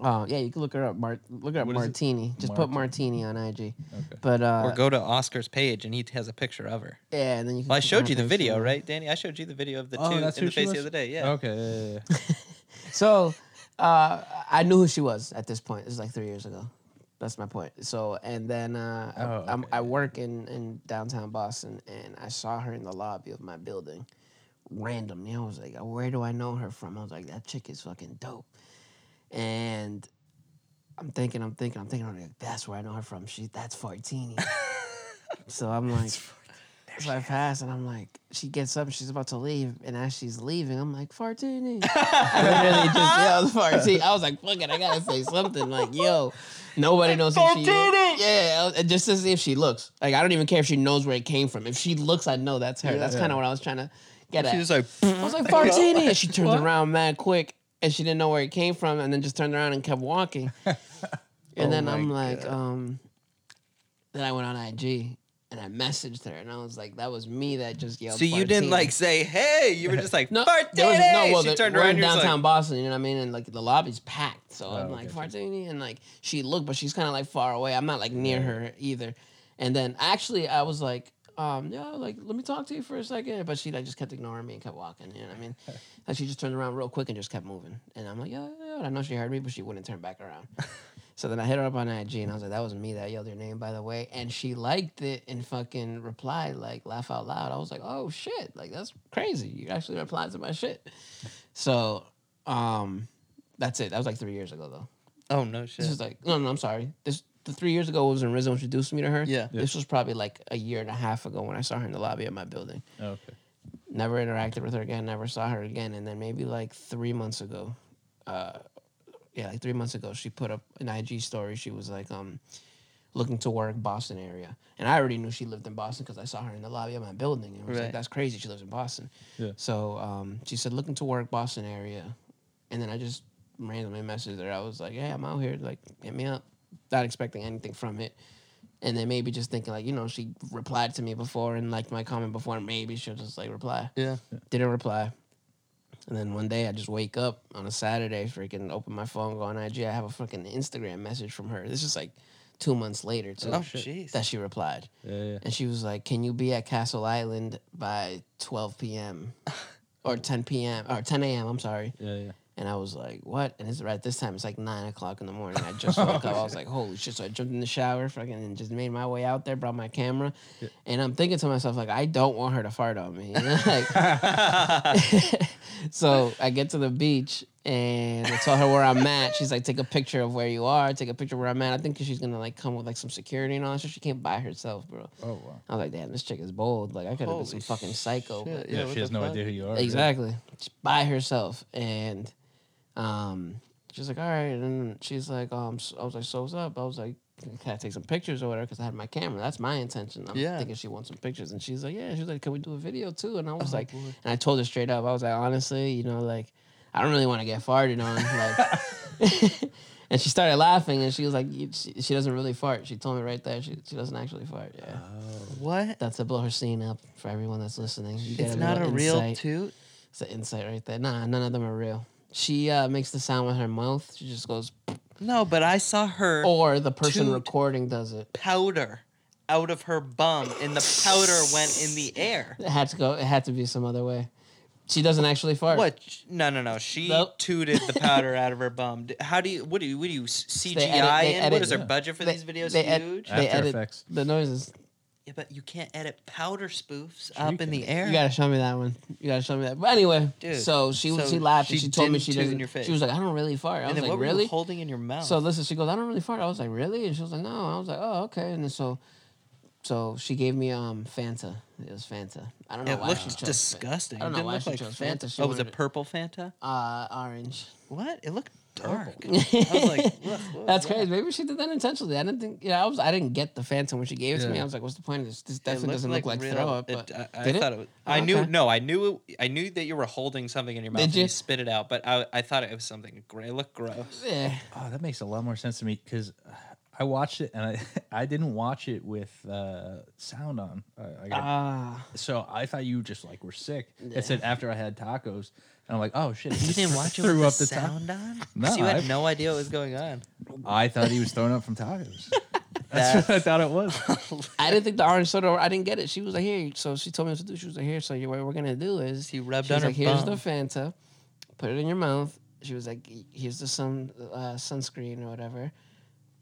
Speaker 2: uh, yeah, you can look her up. Mar- look her up
Speaker 3: What is it?
Speaker 2: Martini. Just put Martini on IG.
Speaker 3: Okay.
Speaker 2: But uh,
Speaker 1: or go to Oscar's page and he has a picture of her.
Speaker 2: yeah, and then you. Can
Speaker 1: Well, I
Speaker 2: click on
Speaker 1: showed
Speaker 2: her
Speaker 1: you the
Speaker 2: page
Speaker 1: video,
Speaker 2: and-
Speaker 1: right, Danny? I showed you the video of the
Speaker 3: Oh,
Speaker 1: two
Speaker 3: that's
Speaker 1: in
Speaker 3: who
Speaker 1: the
Speaker 3: she
Speaker 1: face
Speaker 3: was?
Speaker 1: the other day. Yeah.
Speaker 3: Okay. yeah, yeah, yeah.
Speaker 2: So uh, I knew who she was at this point. This is like three years ago. That's my point. So and then uh, I-
Speaker 3: Oh,
Speaker 2: I'm,
Speaker 3: okay.
Speaker 2: I work in in downtown Boston, and I saw her in the lobby of my building. Randomly, I was like, "Where do I know her from?" I was like, "That chick is fucking dope," and. I'm thinking, I'm thinking, I'm thinking. I'm like, that's where I know her from. She, that's Fartini. so I'm like, so I pass, and I'm like, she gets up, and she's about to leave, and as she's leaving, I'm like, Fartini. I literally just yelled
Speaker 1: Uh-huh.
Speaker 2: Fartini. I was like, fuck it, I gotta say something. Like, yo, nobody knows who she is. Yeah, I was- and just to see if she looks. Like, I don't even care if she knows where it came from. If she looks, I know that's her. that's kind of what I was trying to get at.
Speaker 1: She was like,
Speaker 2: I was like, Fartini. And she turned around mad quick and she didn't know where it came from and then just turned around and kept walking. and
Speaker 1: Oh
Speaker 2: then I'm like, um, then I went on IG and I messaged her and I was like, that was me that just yelled.
Speaker 1: so you didn't
Speaker 2: Fartini.
Speaker 1: like say, hey, you were just like,
Speaker 2: No,
Speaker 1: Bartini.
Speaker 2: there was no. Well,
Speaker 1: she
Speaker 2: the-
Speaker 1: turned
Speaker 2: we're
Speaker 1: around
Speaker 2: in
Speaker 1: and you're just
Speaker 2: downtown
Speaker 1: like,
Speaker 2: Boston. You know what I mean? And like the lobby's packed, so I'm
Speaker 3: Oh,
Speaker 2: like
Speaker 3: gotcha.
Speaker 2: Fartini, and like she looked, but she's kind of like far away. I'm not like near her either. And then actually, I was like, um, yeah, like let me talk to you for a second, but she like just kept ignoring me and kept walking. You know what I mean? and she just turned around real quick and just kept moving. And I'm like, yeah, yeah. yeah," And I know she heard me, but she wouldn't turn back around. So then I hit her up on IG and I was like, that was me that yelled your name, by the way. And she liked it and fucking replied, like, laugh out loud. I was like, oh shit, like, that's crazy. You actually replied to my shit. So um, that's it. That was like three years ago, though.
Speaker 1: oh, no shit.
Speaker 2: This is like, no, no, I'm sorry. This The three years ago was when Rizzo introduced me to her.
Speaker 1: Yeah. Yeah.
Speaker 2: This was probably like a year and a half ago when I saw her in the lobby of my building.
Speaker 3: Okay.
Speaker 2: Never interacted with her again, never saw her again. And then maybe like three months ago, uh, yeah, like three months ago, she put up an IG story. She was like, um, looking to work Boston area, and I already knew she lived in Boston because I saw her in the lobby of my building, and I was
Speaker 1: Right.
Speaker 2: like, that's crazy. She lives in Boston.
Speaker 3: Yeah.
Speaker 2: So um, she said looking to work Boston area, and then I just randomly messaged her. I was like, hey, I'm out here. Like, hit me up. Not expecting anything from it. And then maybe just thinking like, you know, she replied to me before and liked my comment before, and maybe she'll just like reply.
Speaker 1: yeah.
Speaker 2: Didn't reply. And then one day I just wake up on a Saturday, freaking open my phone, go on IG. I have a fucking Instagram message from her. This is like two months later, too.
Speaker 1: Oh, jeez.
Speaker 2: That she replied.
Speaker 3: Yeah, yeah.
Speaker 2: And she was like, Can you be at Castle Island by 12 p.m.? or 10 p.m. or 10 a.m. I'm sorry.
Speaker 3: Yeah, yeah.
Speaker 2: And I was like, what? And it's right this time. It's like nine o'clock in the morning. I just woke up. I was like, holy shit. So I jumped in the shower, fucking, and just made my way out there, brought my camera. And I'm thinking to myself, like, I don't want her to fart on me. you know, like- so I get to the beach and I tell her where I'm at. She's like, take a picture of where you are, take a picture of where I'm at. I think she's gonna like come with like some security and all that shit. She came by herself, bro.
Speaker 3: Oh wow.
Speaker 2: I was like, damn, this chick is bold. Like, I could have been
Speaker 1: Holy
Speaker 2: some fucking psycho. but-
Speaker 1: shit,
Speaker 3: Yeah,
Speaker 1: what
Speaker 3: she has
Speaker 1: the
Speaker 3: no
Speaker 1: fuck?
Speaker 3: idea who you are.
Speaker 2: Exactly. She's by herself. And um, she's like, all right. And she's like, um, s- I was like, so what's up? I was like, can I take some pictures or whatever? Because I had my camera. That's my intention. I'm
Speaker 1: Yeah.
Speaker 2: thinking she wants some pictures. And she's like, yeah. She was like, can we do a video too? And I
Speaker 1: Oh,
Speaker 2: was like, and I told her straight up, I was like, honestly, you know, like, I don't really want to get farted on. Like, and she started laughing and she was like, "You- she, she doesn't really fart. She told me right there, she, she doesn't actually fart. Yeah.
Speaker 1: Uh-huh. What?
Speaker 2: That's a blow her scene up for everyone that's listening. You get
Speaker 1: It's not a
Speaker 2: little
Speaker 1: real
Speaker 2: insight.
Speaker 1: toot.
Speaker 2: It's an insight right there. Nah, none of them are real. She uh, makes the sound with her mouth. She just goes,
Speaker 1: No, but I saw her
Speaker 2: or the person
Speaker 1: Toot.
Speaker 2: recording does it.
Speaker 1: powder out of her bum, and the powder went in the air.
Speaker 2: It had to go. It had to be some other way. She doesn't actually fart.
Speaker 1: What? No, no, no. She
Speaker 2: Nope.
Speaker 1: tooted the powder out of her bum. D- How do you? What do you? What do you? s- CGI
Speaker 2: edit- they
Speaker 1: in?
Speaker 2: edit-
Speaker 1: what is her
Speaker 2: yeah.
Speaker 1: budget for
Speaker 2: They-
Speaker 1: these videos?
Speaker 2: they ed-
Speaker 1: Huge.
Speaker 2: They
Speaker 3: After
Speaker 2: edit
Speaker 3: Effects.
Speaker 2: the noises.
Speaker 1: yeah, but you can't edit powder spoofs up in the air.
Speaker 2: You gotta show me that one. You gotta show me that. But anyway,
Speaker 1: Dude,
Speaker 2: so she was
Speaker 1: so
Speaker 2: she laughed and
Speaker 1: she
Speaker 2: she told me
Speaker 1: didn't
Speaker 2: she
Speaker 1: toot in
Speaker 2: doesn't.
Speaker 1: your face.
Speaker 2: She was like, I don't really fart. I
Speaker 1: and
Speaker 2: was
Speaker 1: then
Speaker 2: like,
Speaker 1: what were
Speaker 2: really?
Speaker 1: you holding in your mouth?
Speaker 2: So listen, she goes, I don't really fart. I was like, really? And she was like, no. I was like, oh, okay. And then so, so she gave me um Fanta. It was Fanta. I don't know
Speaker 1: it
Speaker 2: why she
Speaker 1: looked
Speaker 2: chose Fanta.
Speaker 1: disgusting.
Speaker 2: I don't know
Speaker 1: it didn't
Speaker 2: why
Speaker 1: look
Speaker 2: she
Speaker 1: like
Speaker 2: chose
Speaker 1: Fanta.
Speaker 2: Fanta. She
Speaker 1: Oh, was
Speaker 2: wanted
Speaker 1: it
Speaker 2: it-
Speaker 1: purple Fanta?
Speaker 2: Uh, orange.
Speaker 1: What? It looked dark. I was like, "Ugh, what
Speaker 2: That's
Speaker 1: is that?"
Speaker 2: crazy. Maybe she did that intentionally. I didn't think. Yeah, I was. I didn't get the Phantom when she gave it to me.
Speaker 3: Yeah.
Speaker 2: I was like, "What's the point of this? This
Speaker 1: It
Speaker 2: definitely
Speaker 1: looked
Speaker 2: doesn't look like
Speaker 1: real-
Speaker 2: throw up."
Speaker 1: it-
Speaker 2: But
Speaker 1: I, I
Speaker 2: did
Speaker 1: thought it, was. I
Speaker 2: Oh,
Speaker 1: knew.
Speaker 2: okay.
Speaker 1: No, I knew. It, I knew that you were holding something in your mouth. and
Speaker 2: you?
Speaker 1: you spit it out? But I, I thought it was something gray. It looked gross.
Speaker 2: Yeah.
Speaker 3: Oh, that makes a lot more sense to me because I watched it and I I didn't watch it with uh, sound on. I, I got
Speaker 2: Ah.
Speaker 3: So I thought you just like were sick. It said after I had tacos, and I'm like, oh shit! You
Speaker 1: with
Speaker 3: threw up the ta-
Speaker 1: sound on.
Speaker 3: No,
Speaker 1: 'Cause you had
Speaker 3: I've-
Speaker 1: no idea what was going on.
Speaker 3: I thought he was throwing up from tacos. That's what I thought it was.
Speaker 2: I didn't think the orange soda. I didn't get it. She was like, "Here." So she told me what to do. She was like, "Here." So you- what we're gonna do is
Speaker 1: She rubbed
Speaker 2: she
Speaker 1: on
Speaker 2: was
Speaker 1: her
Speaker 2: like, Here's
Speaker 1: bum."
Speaker 2: the Fanta. Put it in your mouth. She was like, "He- "Here's the sun uh, sunscreen or whatever."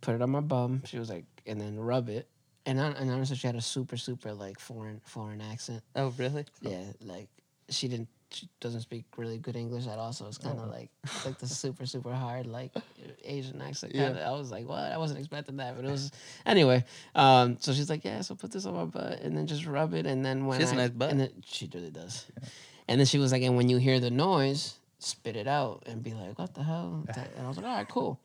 Speaker 2: Put it on my bum. She was like, and then rub it. And I, and honestly, she had a super super like foreign foreign accent.
Speaker 1: Oh, really?
Speaker 2: Yeah, like she didn't. She doesn't speak really good English at all, so it's
Speaker 1: Oh.
Speaker 2: kind of like like the super super hard like Asian accent. Kinda. I was like, what? I wasn't expecting that, but it was anyway. Um, so she's like, yeah, so put this on my butt and then just rub it, and then when
Speaker 1: has a
Speaker 2: I-
Speaker 1: nice butt.
Speaker 2: and then, she really does. And then she was like, and when you hear the noise, spit it out and be like, what the hell? And I was like, all right, cool.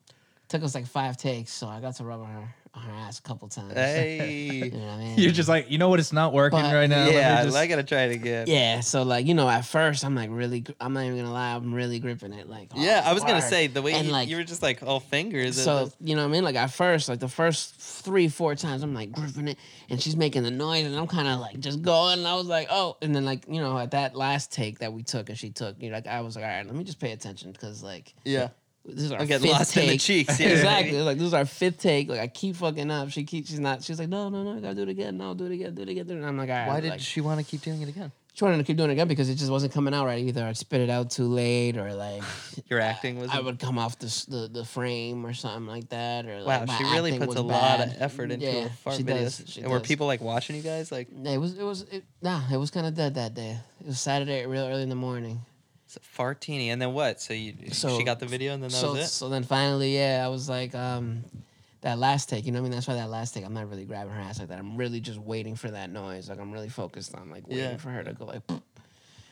Speaker 2: Took us like five takes, so I got to rub on her on her ass a couple times.
Speaker 1: Hey.
Speaker 2: You know what I mean?
Speaker 3: You're just like, you know what? It's not working
Speaker 2: But-
Speaker 3: right now. Let me
Speaker 1: yeah,
Speaker 3: just-
Speaker 1: I gotta try it again.
Speaker 2: Yeah, so like you know, at first I'm like really, gr- I'm not even gonna lie, I'm really gripping it. Like
Speaker 1: Yeah, I was gonna
Speaker 2: hard.
Speaker 1: say the way
Speaker 2: And,
Speaker 1: you,
Speaker 2: like-
Speaker 1: you were just like all fingers. it
Speaker 2: So
Speaker 1: was-
Speaker 2: you know what I mean? Like at first, like the first three, four times, I'm like gripping it, and she's making the noise, and I'm kind of like just going. And I was like, oh, and then like you know, at that last take that we took and she took, you know, like I was like, all right, let me just pay attention because like
Speaker 1: yeah,
Speaker 2: this is our
Speaker 1: I get
Speaker 2: fifth
Speaker 1: lost
Speaker 2: take.
Speaker 1: in the cheeks. Yeah,
Speaker 2: exactly. Like this is our fifth take. Like I keep fucking up. She keeps. She's not. She's like, no, no, no. I gotta do it again. No, do it again. Do it again. Do it. again." And I'm like, all right.
Speaker 1: Why
Speaker 2: like,
Speaker 1: did she want to keep doing it again?
Speaker 2: she wanted to keep doing it again because it just wasn't coming out right either. I'd spit it out too late, or like
Speaker 1: Your acting was.
Speaker 2: I would come off the, s- the the frame or something like that. Or
Speaker 1: Wow,
Speaker 2: like my
Speaker 1: she really
Speaker 2: acting
Speaker 1: puts
Speaker 2: was
Speaker 1: a lot of
Speaker 2: bad.
Speaker 1: effort into her fart
Speaker 2: she
Speaker 1: videos.
Speaker 2: Does, she
Speaker 1: and were
Speaker 2: does.
Speaker 1: people like watching you guys? Like,
Speaker 2: It was it was it, nah. It was kind of dead that day. It was Saturday, real early in the morning.
Speaker 1: it's a fartini. And then what? So you
Speaker 2: So-
Speaker 1: she got the video and then that
Speaker 2: so
Speaker 1: was it?
Speaker 2: so then finally, yeah, I was like, um, that last take. You know what I mean? That's why that last take. I'm not really grabbing her ass like that. I'm really just waiting for that noise. Like I'm really focused on like waiting
Speaker 1: Yeah.
Speaker 2: for her to go like.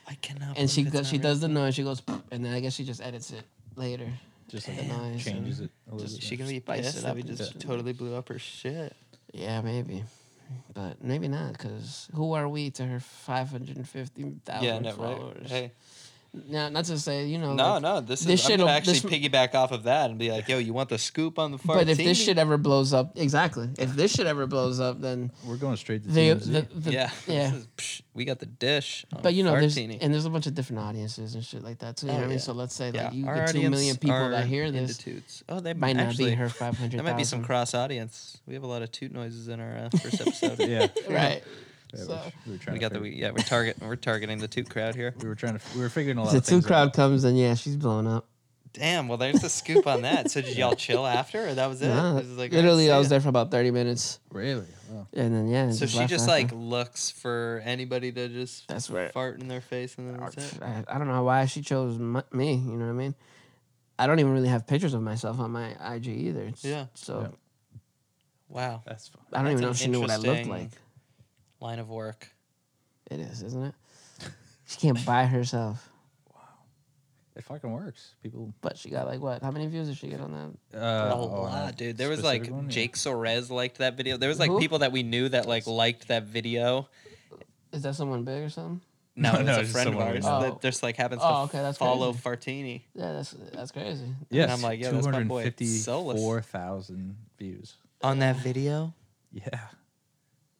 Speaker 1: I cannot.
Speaker 2: And she
Speaker 1: believe
Speaker 2: go,
Speaker 1: it's
Speaker 2: she
Speaker 1: not real.
Speaker 2: does the noise. She goes, and then I guess she just edits it later.
Speaker 3: just like
Speaker 2: Damn, nice.
Speaker 3: changes it. A little bit.
Speaker 1: She gonna be
Speaker 2: spice
Speaker 1: pissed
Speaker 2: it
Speaker 1: that
Speaker 2: up
Speaker 1: we
Speaker 2: and
Speaker 1: just
Speaker 2: shit.
Speaker 1: totally blew up her shit.
Speaker 2: Yeah, maybe, but maybe not. Cause who are we to her five hundred and fifty thousand
Speaker 1: Yeah, no,
Speaker 2: followers?
Speaker 1: right. Hey,
Speaker 2: Now, not to say you know.
Speaker 1: no,
Speaker 2: like,
Speaker 1: no. This is.
Speaker 2: this
Speaker 1: I'm
Speaker 2: shit'll-
Speaker 1: gonna actually
Speaker 2: this-
Speaker 1: piggyback off of that and be like, yo, you want the scoop on the fartini?
Speaker 2: But if this shit ever blows up, exactly. If this shit ever blows up, then
Speaker 3: We're going straight to
Speaker 2: the,
Speaker 3: TMZ.
Speaker 2: the, the
Speaker 1: yeah,
Speaker 2: yeah.
Speaker 1: This is, psh, we got the dish. On
Speaker 2: But you know, there's
Speaker 1: fartini.
Speaker 2: and there's a Oh, bunch of different audiences and shit like that too. You know what I mean?
Speaker 1: yeah.
Speaker 2: So let's say
Speaker 1: yeah,
Speaker 2: like you
Speaker 1: our
Speaker 2: get two million
Speaker 1: audience
Speaker 2: people
Speaker 1: are
Speaker 2: that hear
Speaker 1: into
Speaker 2: this
Speaker 1: toots. Oh, they
Speaker 2: might not
Speaker 1: actually,
Speaker 2: be her five hundred.
Speaker 1: There might be some cross audience. We have a lot of toot noises in our uh, first episode.
Speaker 3: yeah.
Speaker 2: Right.
Speaker 3: Yeah, we
Speaker 2: So-
Speaker 3: were- we were trying
Speaker 1: We
Speaker 3: to
Speaker 1: got the
Speaker 3: figure-
Speaker 1: we- yeah. We're target. We're targeting the toot crowd here.
Speaker 3: we were trying to we were figuring a lot
Speaker 2: The
Speaker 3: of
Speaker 2: two
Speaker 3: things out.
Speaker 2: crowd comes and yeah, she's blown up.
Speaker 1: Damn. Well, there's the scoop on that. So did y'all chill after, or that was it?
Speaker 2: Nah,
Speaker 1: It was like, all right,
Speaker 2: literally,
Speaker 1: see
Speaker 2: I was
Speaker 1: ya.
Speaker 2: there for about thirty minutes,
Speaker 3: Really? Wow.
Speaker 2: and then yeah.
Speaker 1: So she
Speaker 2: left
Speaker 1: just like
Speaker 2: after.
Speaker 1: looks for anybody to just
Speaker 2: That's right.
Speaker 1: fart in their face, and then that's it.
Speaker 2: I, I don't know why she chose my, me. You know what I mean? I don't even really have pictures of myself on my IG either. It's-
Speaker 1: Yeah.
Speaker 2: So
Speaker 3: Yeah.
Speaker 1: Wow.
Speaker 3: That's fun.
Speaker 2: I don't
Speaker 1: That's
Speaker 2: even know
Speaker 1: an
Speaker 2: if she knew what I looked
Speaker 1: interesting-
Speaker 2: like.
Speaker 1: Line of work.
Speaker 2: It is, isn't it? She can't buy herself.
Speaker 3: It fucking works. People
Speaker 2: But she got like what? How many views did she get on that?
Speaker 3: uh,
Speaker 1: a
Speaker 3: oh,
Speaker 1: lot,
Speaker 3: that
Speaker 1: dude. There was like
Speaker 3: specific one? Yeah.
Speaker 1: Jake Sorez liked that video. There was like
Speaker 2: Who?
Speaker 1: people that we knew that like liked that video.
Speaker 2: Is that someone big or something?
Speaker 1: No, it
Speaker 3: No,
Speaker 1: was
Speaker 3: no,
Speaker 1: a
Speaker 3: it's just
Speaker 1: friend of
Speaker 3: someone we
Speaker 1: ours
Speaker 2: know. Oh.
Speaker 1: that just like happens
Speaker 2: Oh,
Speaker 1: to
Speaker 2: okay, that's
Speaker 1: follow
Speaker 2: crazy.
Speaker 1: Fartini.
Speaker 2: Yeah, that's that's crazy.
Speaker 3: Yes,
Speaker 1: I'm like, yeah, that's my boy. It's soulless.
Speaker 3: 254,000 views.
Speaker 1: On that video,
Speaker 3: Yeah.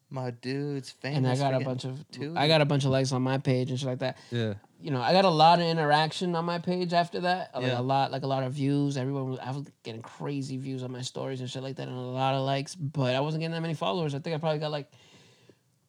Speaker 1: my dude's famous.
Speaker 2: And I got
Speaker 1: for
Speaker 2: a
Speaker 1: getting
Speaker 2: bunch of
Speaker 1: two.
Speaker 2: I got a bunch of likes on my page and shit like that.
Speaker 3: Yeah.
Speaker 2: You know, I got a lot of interaction on my page after that. Like
Speaker 1: Yeah.
Speaker 2: a lot, like a lot of views. Everyone was I was getting crazy views on my stories and shit like that, and a lot of likes. But I wasn't getting that many followers. I think I probably got like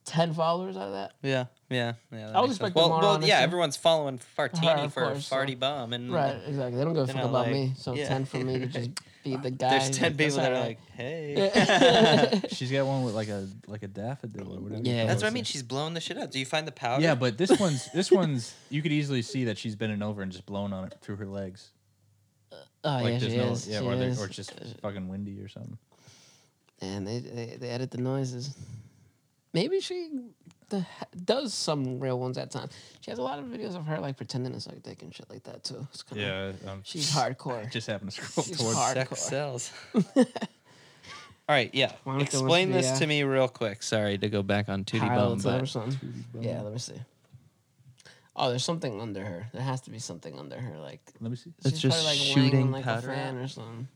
Speaker 2: ten followers out of that.
Speaker 1: Yeah, yeah, yeah. that
Speaker 2: I
Speaker 1: makes
Speaker 2: was
Speaker 1: sense.
Speaker 2: expecting
Speaker 1: Well,
Speaker 2: more,
Speaker 1: well,
Speaker 2: honestly.
Speaker 1: yeah. Everyone's following Fartini
Speaker 2: Right, of
Speaker 1: for
Speaker 2: course, so-
Speaker 1: Farty Bum, and
Speaker 2: Right, exactly. They don't give a
Speaker 1: Hmm. They're
Speaker 2: fuck
Speaker 1: not
Speaker 2: about
Speaker 1: like-
Speaker 2: me. So
Speaker 1: yeah.
Speaker 2: ten for me to just be the guy.
Speaker 1: there's ten
Speaker 2: that's
Speaker 1: people that are
Speaker 2: alright.
Speaker 1: like, hey.
Speaker 3: She's got one with like a like a daffodil or whatever. you
Speaker 2: Yeah.
Speaker 3: call
Speaker 1: That's what I
Speaker 3: it.
Speaker 1: mean. She's blowing the shit up. Do you find the powder?
Speaker 3: Yeah, but this one's this one's you could easily see that she's bending over and just blowing on it through her legs.
Speaker 2: oh yeah,
Speaker 3: like
Speaker 2: she
Speaker 3: there's no
Speaker 2: is.
Speaker 3: yeah,
Speaker 2: she
Speaker 3: or, they-
Speaker 2: is.
Speaker 3: or it's
Speaker 1: Uh,
Speaker 3: just fucking windy or something.
Speaker 2: and they, they they edit the noises. Maybe she the, does some real ones at times. She has a lot of videos of her like pretending to suck dick and shit like that too. It's kinda,
Speaker 3: um,
Speaker 2: she's hardcore.
Speaker 3: just happened to scroll
Speaker 2: She's
Speaker 3: towards
Speaker 2: hard.
Speaker 1: Sex
Speaker 2: Hardcore.
Speaker 1: sells. All right, yeah.
Speaker 2: Why don't they listen
Speaker 1: Explain
Speaker 2: to
Speaker 1: this
Speaker 2: ya?
Speaker 1: to me real quick. Sorry to go back on Tootie
Speaker 2: Pile
Speaker 1: Bum,
Speaker 2: uh, of time or
Speaker 1: but
Speaker 2: something. Yeah, let me see. Oh, there's something under her. There has to be something under her. Like
Speaker 3: Let me see.
Speaker 1: It's
Speaker 2: she's
Speaker 1: just
Speaker 2: probably, like, laying
Speaker 1: shooting
Speaker 2: on, like
Speaker 1: powder
Speaker 2: a fan
Speaker 1: out.
Speaker 2: or something,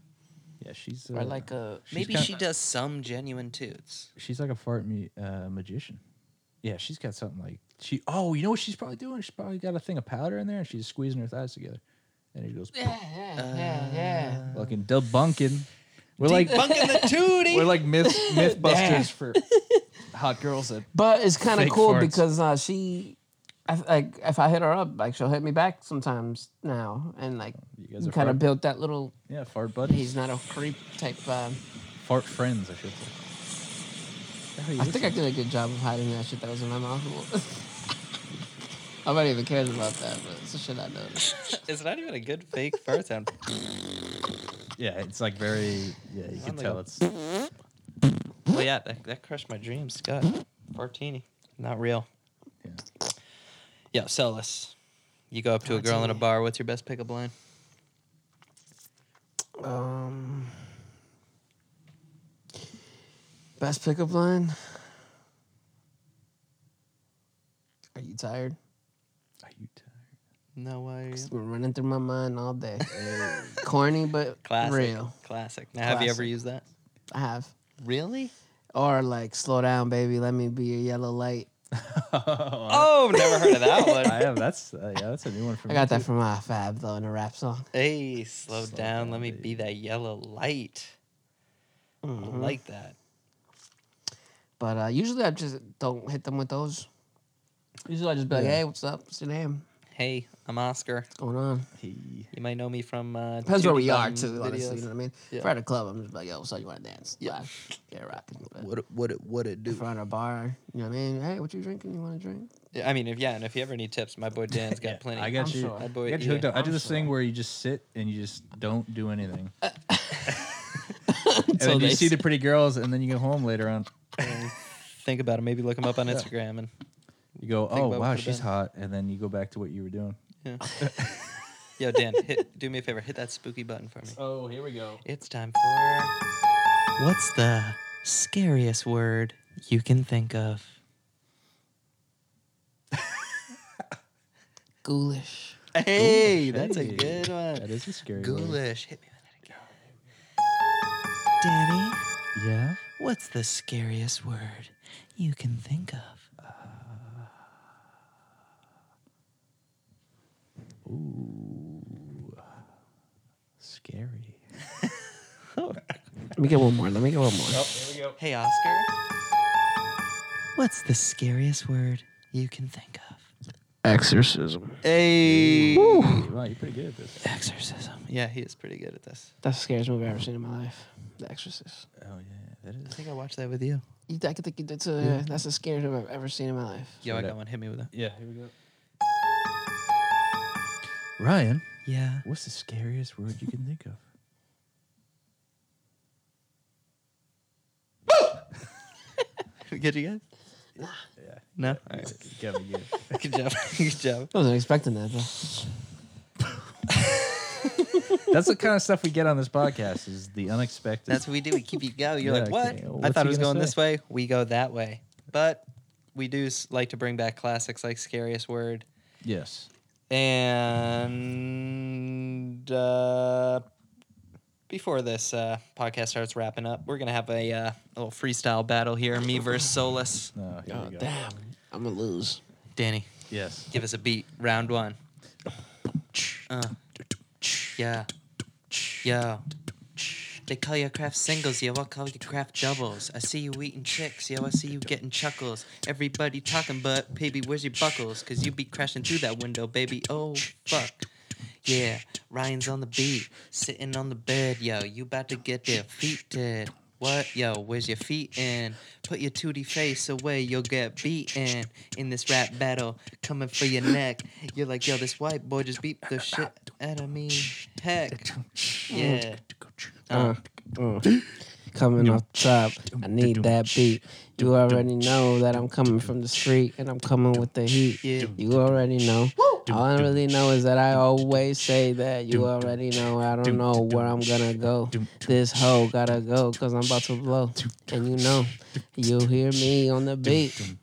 Speaker 3: Yeah, she's
Speaker 2: or
Speaker 3: uh,
Speaker 2: like a
Speaker 1: maybe
Speaker 3: got-
Speaker 1: she does some genuine toots.
Speaker 3: she's like a fart me, uh, magician. Yeah, she's got something like she. Oh, you know what she's probably doing? She's probably got a thing of powder in there, and she's squeezing her thighs together, and it goes
Speaker 2: yeah, yeah, yeah, yeah.
Speaker 3: fucking debunking. We're like
Speaker 1: Bunking the Tootie.
Speaker 3: we're like myth mythbusters for hot girls that
Speaker 2: But it's kind of
Speaker 3: Fake
Speaker 2: cool
Speaker 3: farts.
Speaker 2: because uh, she, I, f- like, if I hit her up, like she'll hit me back sometimes now, and like
Speaker 3: You guys are
Speaker 2: kind
Speaker 3: fart-
Speaker 2: of built that little
Speaker 3: yeah fart buddies,
Speaker 2: he's not a creep type. Um,
Speaker 3: fart friends. I should say. Hey,
Speaker 2: I
Speaker 3: this
Speaker 2: think I did a good job of hiding that shit that was in my mouth. I might even cared about that, but it's the shit I noticed.
Speaker 1: it's not even a good fake fart sound.
Speaker 3: Yeah, it's like very. Yeah, you can
Speaker 1: like
Speaker 3: tell
Speaker 1: a-
Speaker 3: it's.
Speaker 1: well, yeah, that, that crushed my dreams, Scott. Fartini, not real.
Speaker 3: Yeah.
Speaker 1: Yeah, sell us. You go up to a girl in a
Speaker 2: Fartini.
Speaker 1: bar. What's your best pickup line?
Speaker 2: Um, best pickup line. Are you tired?
Speaker 3: Are you tired?
Speaker 1: No way.
Speaker 2: It's been running through my mind all day. Corny but
Speaker 1: Classic.
Speaker 2: real.
Speaker 1: Classic. Now, have you ever
Speaker 2: Classic.
Speaker 1: used that?
Speaker 2: I have.
Speaker 1: Really?
Speaker 2: Or like, slow down, baby. Let me be your yellow light.
Speaker 1: Oh, never heard of that one.
Speaker 3: I have. That's uh, yeah. That's a new one for
Speaker 2: I
Speaker 3: me.
Speaker 2: got
Speaker 3: too.
Speaker 2: that from my Fab though in a rap song.
Speaker 1: Hey, slow,
Speaker 3: Slow
Speaker 1: down.
Speaker 3: down,
Speaker 1: Let me
Speaker 3: baby.
Speaker 1: be that yellow light. I
Speaker 2: Mm-hmm.
Speaker 1: like that.
Speaker 2: But uh, usually I just don't hit them with those. Usually I just be like,
Speaker 3: Yeah.
Speaker 2: hey, what's up? What's your name?
Speaker 1: Hey, I'm Oscar.
Speaker 2: What's going on?
Speaker 3: He-
Speaker 1: You might know me from. Uh,
Speaker 2: Depends where
Speaker 1: Tootie
Speaker 2: we are
Speaker 1: Bum
Speaker 2: too, honestly.
Speaker 1: videos.
Speaker 2: You know what I mean? If
Speaker 1: Yeah.
Speaker 2: we're at a club, I'm just like, yo, so you wanna dance? Yeah. Yeah, rocking. But
Speaker 1: What what it what it
Speaker 2: if we're at a bar, you know what I mean? Hey, what you drinking? You wanna drink?
Speaker 1: Yeah, I mean, if yeah, and if you ever need tips, my boy Dan's got
Speaker 3: yeah,
Speaker 1: plenty.
Speaker 3: I got
Speaker 2: I'm
Speaker 3: you.
Speaker 2: sure.
Speaker 1: my
Speaker 3: I
Speaker 1: boy.
Speaker 3: got you hooked
Speaker 1: yeah.
Speaker 3: up. I do this thing where you just sit and you just don't do anything. and
Speaker 2: Until
Speaker 3: then you
Speaker 2: they
Speaker 3: see the
Speaker 2: s-
Speaker 3: pretty girls, and then you go home later on.
Speaker 1: Think about it. Maybe look him up on Instagram and
Speaker 3: You go,
Speaker 1: Think
Speaker 3: oh
Speaker 1: about
Speaker 3: wow,
Speaker 1: what it
Speaker 3: she's
Speaker 1: is.
Speaker 3: hot, and then you go back to what you were doing.
Speaker 1: yeah. Yo, Dan, hit, do me a favor. Hit that spooky button for me.
Speaker 3: Oh, here we go.
Speaker 1: It's time for what's the scariest word you can think of?
Speaker 2: Ghoulish.
Speaker 1: Hey, that's a
Speaker 3: Hey,
Speaker 1: good one.
Speaker 3: That is a scary. word.
Speaker 1: Ghoulish. Hit me with that again. Danny,
Speaker 3: Yeah.
Speaker 1: what's the scariest word you can think of?
Speaker 3: Scary.
Speaker 2: Let me get one more. Let me get one more.
Speaker 1: Hey, Oscar. What's the scariest word you can think of?
Speaker 8: Exorcism.
Speaker 1: A
Speaker 3: Wow, you're pretty good at this.
Speaker 2: Exorcism.
Speaker 1: Yeah, he is pretty good at this.
Speaker 2: That's the scariest movie I've ever seen in my life. The Exorcist.
Speaker 3: Oh yeah, that
Speaker 1: I
Speaker 3: is.
Speaker 1: think I watched that with you.
Speaker 2: You- I think you- that's, a, that's the scariest movie I've ever seen in my life.
Speaker 1: Yo, I
Speaker 3: Straight
Speaker 1: got
Speaker 3: up.
Speaker 1: one. Hit me with it.
Speaker 3: Yeah, here we go. Ryan,
Speaker 1: Yeah.
Speaker 3: what's the scariest word you can think of?
Speaker 1: Good, you guys? No? All right.
Speaker 3: Give me good.
Speaker 1: Good job. Good job.
Speaker 2: I wasn't expecting that, though.
Speaker 3: That's the kind of stuff we get on this podcast is the unexpected.
Speaker 1: That's what we do. We keep you go. You're
Speaker 3: Yeah,
Speaker 1: like, what?
Speaker 3: okay,
Speaker 1: I
Speaker 3: what's
Speaker 1: thought
Speaker 3: he
Speaker 1: it was
Speaker 3: gonna
Speaker 1: going
Speaker 3: say?
Speaker 1: this way. We go that way. But we do s- like to bring back classics like Scariest Word
Speaker 3: yes.
Speaker 1: And uh, before this uh, podcast starts wrapping up, we're gonna have a, uh, little freestyle battle here, me versus Solus.
Speaker 3: No, here
Speaker 2: Oh,
Speaker 3: we go.
Speaker 2: damn. I'm going to lose.
Speaker 1: Danny,
Speaker 3: Yes.
Speaker 1: give us a beat. Round one. Uh, yeah, yeah. They call your craft singles, yo. I call your craft doubles. I see you eating chicks, yo. I see you getting chuckles. Everybody talking, but baby, where's your buckles? Cause you be crashing through that window, baby. Oh fuck. Yeah, Ryan's on the beat, sitting on the bed, yo. You about to get your feet dead. What, yo? Where's your feet in? Put your 2D face away, you'll get beaten in this rap battle, coming for your neck. You're like, yo, this white boy just beat the shit out of me. Heck, yeah.
Speaker 2: Uh, mm. Coming off top, I need that beat. You already know that I'm coming from the street and I'm coming with the heat.
Speaker 1: Yeah.
Speaker 2: You already know. All I really know is that I always say that. You already know. I don't know where I'm gonna go. This hoe gotta go because I'm about to blow. And you know, you'll hear me on the beat.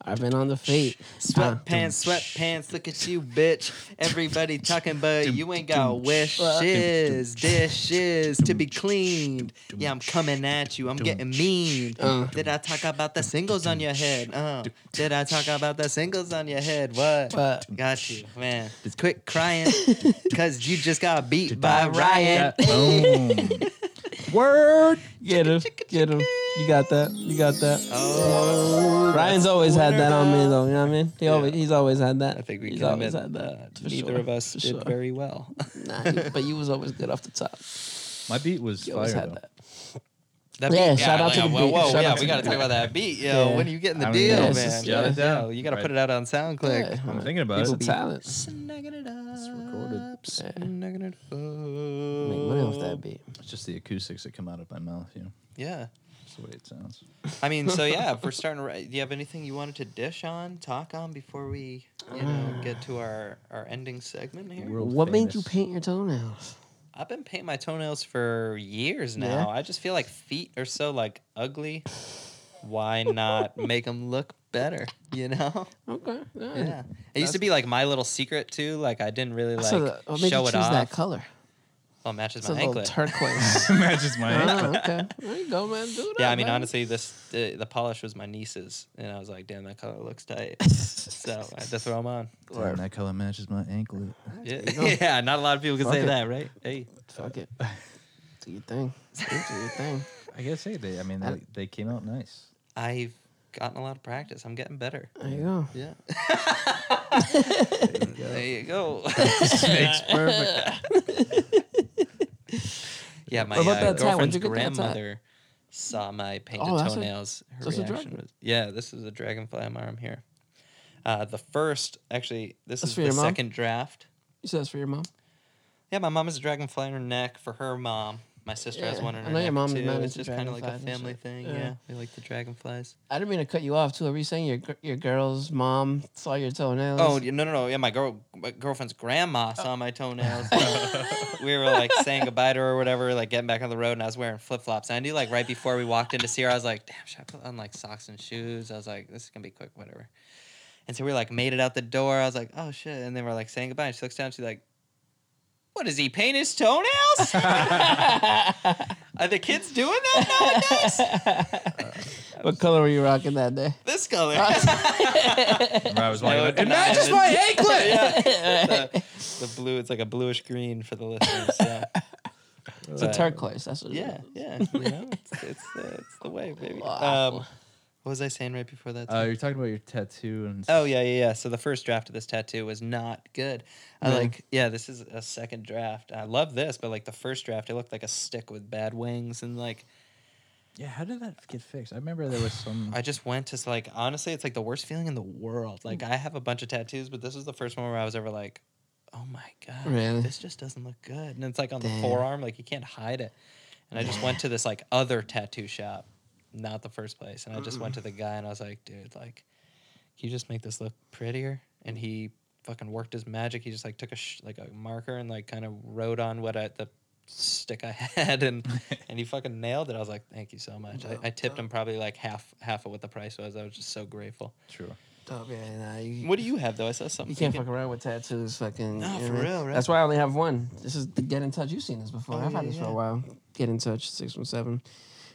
Speaker 2: I've been on the feet. Uh,
Speaker 1: Sweatpants, sweatpants, look at you, bitch. Everybody talking, but you ain't got wishes, dishes to be cleaned. Yeah, I'm coming at you, I'm getting mean. Did I talk about the singles on your head? Uh, did I talk about the singles on your head? What?
Speaker 2: What?
Speaker 1: Got you, man. Just quit crying, cause you just got beat by Ryan.
Speaker 3: Boom.
Speaker 2: Word. Get him. Get him. You got that. You got that.
Speaker 1: Oh,
Speaker 2: Ryan's always had that on me though. You know what I mean? He always he's always had that.
Speaker 1: I think we
Speaker 2: he's
Speaker 1: can
Speaker 2: always
Speaker 1: admit
Speaker 2: had that. for
Speaker 1: Neither
Speaker 2: sure,
Speaker 1: of us
Speaker 2: for
Speaker 1: did
Speaker 2: sure.
Speaker 1: very well.
Speaker 2: Nah, you- but you was always good off the top.
Speaker 3: My beat was
Speaker 2: You
Speaker 3: fire.
Speaker 2: always
Speaker 3: Though.
Speaker 2: had that. Yeah, shout out to the
Speaker 1: whoa,
Speaker 2: beat.
Speaker 1: Whoa,
Speaker 2: Shout
Speaker 1: yeah,
Speaker 2: out to
Speaker 1: we
Speaker 2: the
Speaker 1: got to talk
Speaker 2: beat.
Speaker 1: about that beat, yo.
Speaker 2: Yeah.
Speaker 1: When are you getting the
Speaker 3: I mean,
Speaker 1: deal,
Speaker 2: yeah, it's
Speaker 1: man?
Speaker 2: just- yeah.
Speaker 1: Yo, you got to put it out on SoundClick.
Speaker 2: Yeah,
Speaker 3: I'm thinking about
Speaker 2: People
Speaker 3: it.
Speaker 2: be talent.
Speaker 1: Snagging it up. It's
Speaker 3: recorded.
Speaker 2: Yeah.
Speaker 1: Snagging it
Speaker 2: Make
Speaker 1: up.
Speaker 2: money off that beat.
Speaker 3: It's just the acoustics that come out of my mouth. You know,
Speaker 1: Yeah.
Speaker 3: that's the way it sounds.
Speaker 1: I mean, so yeah, if we're starting to. ri- Do you have anything you wanted to dish on, talk on before we, you know, get to our, our ending segment here?
Speaker 3: World
Speaker 2: what made you
Speaker 3: famous.
Speaker 2: paint your toenails?
Speaker 1: I've been painting my toenails for years now. I just feel like feet are so like ugly. Why not make them look better? You know?
Speaker 2: Okay.
Speaker 1: Yeah. It used to be like my little secret too. Like I didn't really like
Speaker 2: so the, what made
Speaker 1: show
Speaker 2: you
Speaker 1: it
Speaker 2: choose
Speaker 1: off.
Speaker 2: that color?
Speaker 1: Well, it matches
Speaker 2: It's a
Speaker 1: my
Speaker 2: little
Speaker 1: anklet.
Speaker 2: turquoise.
Speaker 3: Matches my
Speaker 2: oh, okay. There you go, man. Do it
Speaker 1: yeah,
Speaker 2: up,
Speaker 1: I mean
Speaker 2: man.
Speaker 1: honestly, this the, the polish was my niece's, and I was like, damn, that color looks tight. so I had to throw them on.
Speaker 3: Damn, that color matches my anklet.
Speaker 1: Yeah. yeah, not a lot of people can say that, right? Hey,
Speaker 2: Fuck it. Do your thing. Do your thing.
Speaker 3: I gotta say, they. I mean, they, they came out nice.
Speaker 1: I've gotten a lot of practice. I'm getting better.
Speaker 2: There you go.
Speaker 1: Yeah. there you go.
Speaker 3: Makes perfect.
Speaker 1: yeah, my
Speaker 2: What about
Speaker 1: uh,
Speaker 2: that tie? When'd
Speaker 1: girlfriend's
Speaker 2: you get that tie?
Speaker 1: grandmother saw my painted
Speaker 2: Oh, that's a-
Speaker 1: toenails. Her
Speaker 2: that's a
Speaker 1: reaction
Speaker 2: dragon.
Speaker 1: was, yeah, this is a dragonfly alarm here. Uh, the first, actually, this
Speaker 2: That's
Speaker 1: is
Speaker 2: for
Speaker 1: the
Speaker 2: your mom?
Speaker 1: second draft.
Speaker 2: You said that's for your mom.
Speaker 1: Yeah, my mom has a dragonfly in her neck for her mom. My sister has
Speaker 2: Yeah,
Speaker 1: one in
Speaker 2: I
Speaker 1: her
Speaker 2: know your
Speaker 1: neck
Speaker 2: mom is
Speaker 1: too.
Speaker 2: mad
Speaker 1: It's
Speaker 2: into
Speaker 1: just kind of like a
Speaker 2: dragonflies and
Speaker 1: family
Speaker 2: shit.
Speaker 1: thing.
Speaker 2: Yeah.
Speaker 1: Yeah. we like the dragonflies.
Speaker 2: I didn't mean to cut you off too. Are you saying your gr- your girl's mom saw your toenails?
Speaker 1: Oh y- no no no! Yeah, my girl, my girlfriend's grandma saw my toenails. we were like saying goodbye to her or whatever, like getting back on the road, and I was wearing flip flops. And I knew like right before we walked in to see her, I was like, "Damn, should I put on like socks and shoes?" I was like, "This is gonna be quick, whatever." And so we like made it out the door. I was like, "Oh shit!" And then we're like saying goodbye, and she looks down. She's like, "What is he paint his toenails? Are the kids doing that nowadays?
Speaker 2: what color were you rocking that day?
Speaker 1: this color."
Speaker 3: I was
Speaker 1: No,
Speaker 3: like,
Speaker 1: it's not.
Speaker 3: it matches my anklet.
Speaker 1: the, the blue, it's like a bluish green for the listeners. Yeah.
Speaker 2: It's a turquoise. That's what. it
Speaker 1: Yeah,
Speaker 2: is.
Speaker 1: yeah, you know, it's, it's, uh, it's the way, baby.
Speaker 2: Wow.
Speaker 1: Um, What was I saying right before that?
Speaker 3: Uh, you're talking about your tattoo and
Speaker 1: Oh yeah, yeah, yeah. So the first draft of this tattoo was not good. I like, yeah, this is a second draft. I love this, but like the first draft, it looked like a stick with bad wings, and like
Speaker 3: yeah. How did that get fixed? I remember there was some.
Speaker 1: I just went to s- like honestly, it's like the worst feeling in the world. Like I have a bunch of tattoos, but this was the first one where I was ever like, oh my god,
Speaker 2: Really?
Speaker 1: this just doesn't look good, and it's like on
Speaker 2: Damn.
Speaker 1: the forearm, like you can't hide it. And I just went to this like other tattoo shop, not the first place, and I just went to the guy and I was like, dude, like. can you just make this look prettier? And he fucking worked his magic. He just like took a sh- like a marker and like kind of wrote on what I, the stick I had, and and he fucking nailed it. I was like, thank you so much. I, I tipped him probably like half half of what the price was. I was just so grateful.
Speaker 3: True.
Speaker 2: Dope, Oh, yeah, nah, you,
Speaker 1: What do you have though? I saw
Speaker 2: you
Speaker 1: something.
Speaker 2: can't fuck around with tattoos, fucking.
Speaker 1: No,
Speaker 2: you know
Speaker 1: for
Speaker 2: what I mean?
Speaker 1: real, right?
Speaker 2: That's why I only have one. This is the Get in Touch. You've seen this before.
Speaker 1: Oh,
Speaker 2: I've had
Speaker 1: yeah,
Speaker 2: this for
Speaker 1: yeah.
Speaker 2: a while. Get in Touch, 617.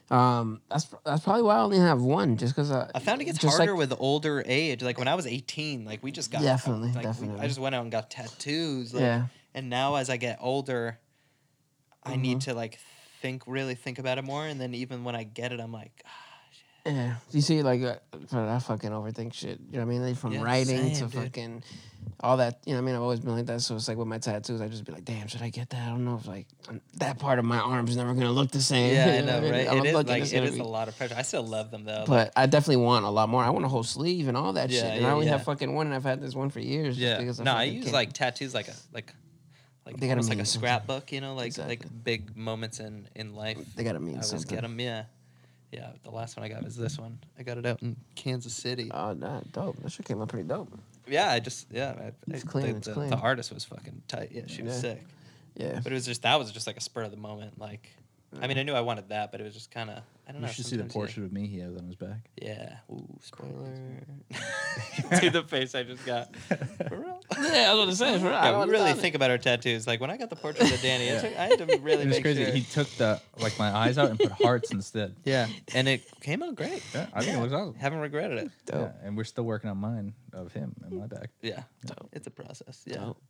Speaker 2: Um, that's that's probably why I only have one, just because I,
Speaker 1: I found it gets
Speaker 2: just
Speaker 1: harder
Speaker 2: like-
Speaker 1: with older age. Like when I was 18, like we just got
Speaker 2: Definitely,
Speaker 1: like, we- I
Speaker 2: definitely.
Speaker 1: just went out and got tattoos. Like,
Speaker 2: Yeah.
Speaker 1: And now as I get older, I
Speaker 2: Mm-hmm.
Speaker 1: need to like think really think about it more. And then even when I get it, I'm like,
Speaker 2: Yeah, you see, like uh, I fucking overthink shit. You know what I mean? Like from
Speaker 1: Yeah,
Speaker 2: writing
Speaker 1: same,
Speaker 2: to
Speaker 1: dude.
Speaker 2: fucking all that. You know what I mean? I've always been like that. So it's like with my tattoos, I just be like, damn, should I get that? I don't know if like um, that part of my arm's never gonna look the same.
Speaker 1: Yeah,
Speaker 2: You
Speaker 1: I know,
Speaker 2: what mean?
Speaker 1: right?
Speaker 2: I'm
Speaker 1: It is
Speaker 2: looking,
Speaker 1: like
Speaker 2: it's
Speaker 1: it
Speaker 2: gonna
Speaker 1: is
Speaker 2: be-
Speaker 1: a lot of pressure. I still love them though. like,
Speaker 2: But I definitely want a lot more. I want a whole sleeve and all that
Speaker 1: Yeah,
Speaker 2: shit. And
Speaker 1: yeah,
Speaker 2: I only
Speaker 1: yeah.
Speaker 2: have fucking one, and I've had this one for years. just
Speaker 1: yeah,
Speaker 2: because I
Speaker 1: no, I
Speaker 2: fucking
Speaker 1: use
Speaker 2: can't-
Speaker 1: like tattoos like a like like
Speaker 2: They gotta
Speaker 1: almost like a
Speaker 2: mean something.
Speaker 1: scrapbook, you know, like
Speaker 2: Exactly.
Speaker 1: like big moments in in life.
Speaker 2: They gotta
Speaker 1: I
Speaker 2: mean
Speaker 1: always
Speaker 2: something.
Speaker 1: get them. Yeah, yeah. The last one I got was this one. I got it out in Kansas City.
Speaker 2: Oh, nah, dope. That shit came out pretty dope.
Speaker 1: yeah, I just yeah. I, I-
Speaker 2: It's clean,
Speaker 1: The,
Speaker 2: it's
Speaker 1: the,
Speaker 2: clean.
Speaker 1: the artist was fucking tight. Yeah, she was
Speaker 2: Yeah.
Speaker 1: sick.
Speaker 2: Yeah.
Speaker 1: But it was just that was just like a spur of the moment. Like, I mean, I knew I wanted that, but it was just kind of I don't
Speaker 3: You
Speaker 1: know.
Speaker 3: should see the
Speaker 1: sometimes you-
Speaker 3: portrait of me he has on his back.
Speaker 1: Yeah. Ooh, spoiler. See the face I just got. For real?
Speaker 2: yeah, I was gonna say. For real, I
Speaker 1: Yeah,
Speaker 2: would've
Speaker 1: we really
Speaker 2: done it.
Speaker 1: think about our tattoos. Like when I got the portrait of Danny, I, took, I had to really
Speaker 3: It was
Speaker 1: make
Speaker 3: crazy.
Speaker 1: sure.
Speaker 3: He took the like my eyes out and put hearts instead.
Speaker 1: yeah, and it came out great.
Speaker 3: Yeah, I think it looks awesome.
Speaker 1: Haven't regretted it.
Speaker 3: Yeah, and we're still working on mine of him and my back.
Speaker 1: Yeah,
Speaker 2: Dope.
Speaker 1: it's a process. Yeah.
Speaker 2: Dope.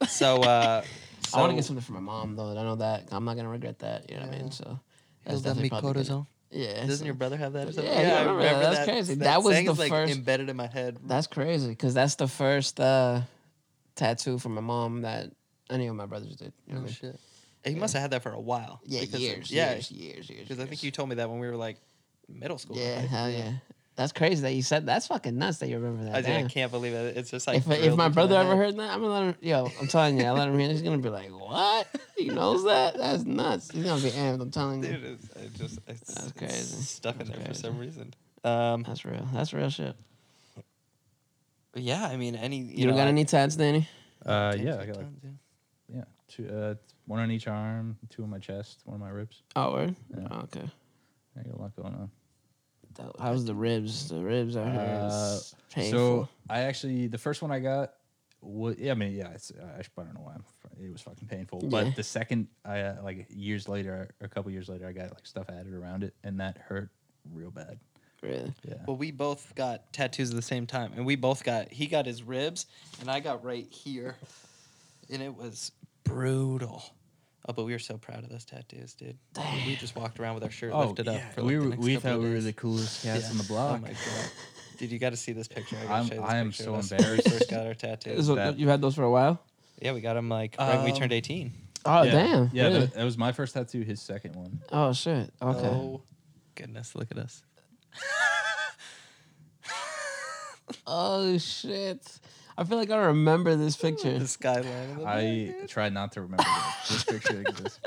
Speaker 2: Dope.
Speaker 1: So, uh,
Speaker 2: I want to get
Speaker 1: so-
Speaker 2: something for my mom though. and I know that I'm not gonna regret that. You know what I mean? So
Speaker 1: He'll love me
Speaker 2: probably gonna-
Speaker 1: cortisone.
Speaker 2: Yeah.
Speaker 1: Doesn't
Speaker 2: so-
Speaker 1: your brother have that? Or something?
Speaker 2: Yeah, yeah, I remember that. That's crazy. That was
Speaker 1: saying
Speaker 2: the
Speaker 1: is, like
Speaker 2: first-
Speaker 1: embedded in my head.
Speaker 2: That's crazy because that's the first uh, tattoo from my mom that any of my brothers did. You know
Speaker 1: Oh
Speaker 2: what I mean?
Speaker 1: shit. He must have had that for a while.
Speaker 2: Yeah,
Speaker 1: because- uh,
Speaker 2: years,
Speaker 1: Yeah,
Speaker 2: years, years, years.
Speaker 1: because I think
Speaker 2: years.
Speaker 1: you told me that when we were like middle school.
Speaker 2: Yeah,
Speaker 1: right?
Speaker 2: hell yeah. That's crazy that you said. That's fucking nuts that you remember that.
Speaker 1: I, dude, I
Speaker 2: Damn.
Speaker 1: can't believe it. It's just like
Speaker 2: If, if
Speaker 1: drilled
Speaker 2: my
Speaker 1: into
Speaker 2: brother
Speaker 1: head.
Speaker 2: ever heard that, I'm gonna let him. Yo, I'm telling you, I let him hear. it, He's gonna be like, "What? He knows that? That's nuts." He's gonna be amped. I'm telling you.
Speaker 1: Dude, it's, it just it's,
Speaker 2: That's
Speaker 1: it's
Speaker 2: crazy.
Speaker 1: stuck in
Speaker 2: That's
Speaker 1: there for
Speaker 2: crazy.
Speaker 1: some reason. Um,
Speaker 2: That's real. That's real shit.
Speaker 1: yeah, I mean, any you,
Speaker 2: You,
Speaker 1: know,
Speaker 2: don't got
Speaker 1: I-
Speaker 2: any tats, Danny?
Speaker 3: Uh,
Speaker 1: Tons
Speaker 3: yeah,
Speaker 1: of
Speaker 3: I got like,
Speaker 1: tons, yeah.
Speaker 3: yeah, two, uh, one on each arm, two on my chest, one on my ribs.
Speaker 2: Oh, word.
Speaker 3: Yeah.
Speaker 2: Oh, okay.
Speaker 3: I got a lot going on.
Speaker 2: Dope. How's the ribs? The ribs are
Speaker 3: Uh,
Speaker 2: painful.
Speaker 3: So I actually the first one I got was yeah, I mean yeah, it's, I, sh- I don't know why I'm, fr- it was fucking painful.
Speaker 2: Yeah.
Speaker 3: But the second I uh, like years later, a couple years later, I got like stuff added around it, and that hurt real bad.
Speaker 2: really?
Speaker 3: Yeah,
Speaker 1: Well, we both got tattoos at the same time, and we both got he got his ribs, and I got right here, and it was brutal. Oh, but we were so proud of those tattoos, dude. We- We just walked around with our shirt lifted up. For like
Speaker 3: Oh, we
Speaker 1: the
Speaker 3: were,
Speaker 1: next
Speaker 3: we
Speaker 1: couple of
Speaker 3: thought we were
Speaker 1: days.
Speaker 3: the coolest cats
Speaker 1: Yeah.
Speaker 3: on the
Speaker 1: Oh
Speaker 3: block.
Speaker 1: my god, dude, you got to see this picture. I, gotta
Speaker 3: I'm-
Speaker 1: show you this
Speaker 3: I am
Speaker 1: picture
Speaker 3: so
Speaker 1: of us when we
Speaker 3: embarrassed.
Speaker 1: first got our tattoos.
Speaker 2: So
Speaker 3: that-
Speaker 2: you've had those for a while?
Speaker 1: Yeah, we got them like right when we
Speaker 3: Um,
Speaker 1: turned eighteen.
Speaker 2: Oh
Speaker 3: yeah,
Speaker 2: damn!
Speaker 3: Yeah,
Speaker 2: really?
Speaker 3: that, that was my first tattoo. His second one.
Speaker 2: oh shit. Okay.
Speaker 1: Oh
Speaker 2: Oh,
Speaker 1: goodness, look at us.
Speaker 2: Oh, shit. I feel like I remember this picture.
Speaker 1: The skyline. Of the
Speaker 3: I tried not to remember this, this picture exists.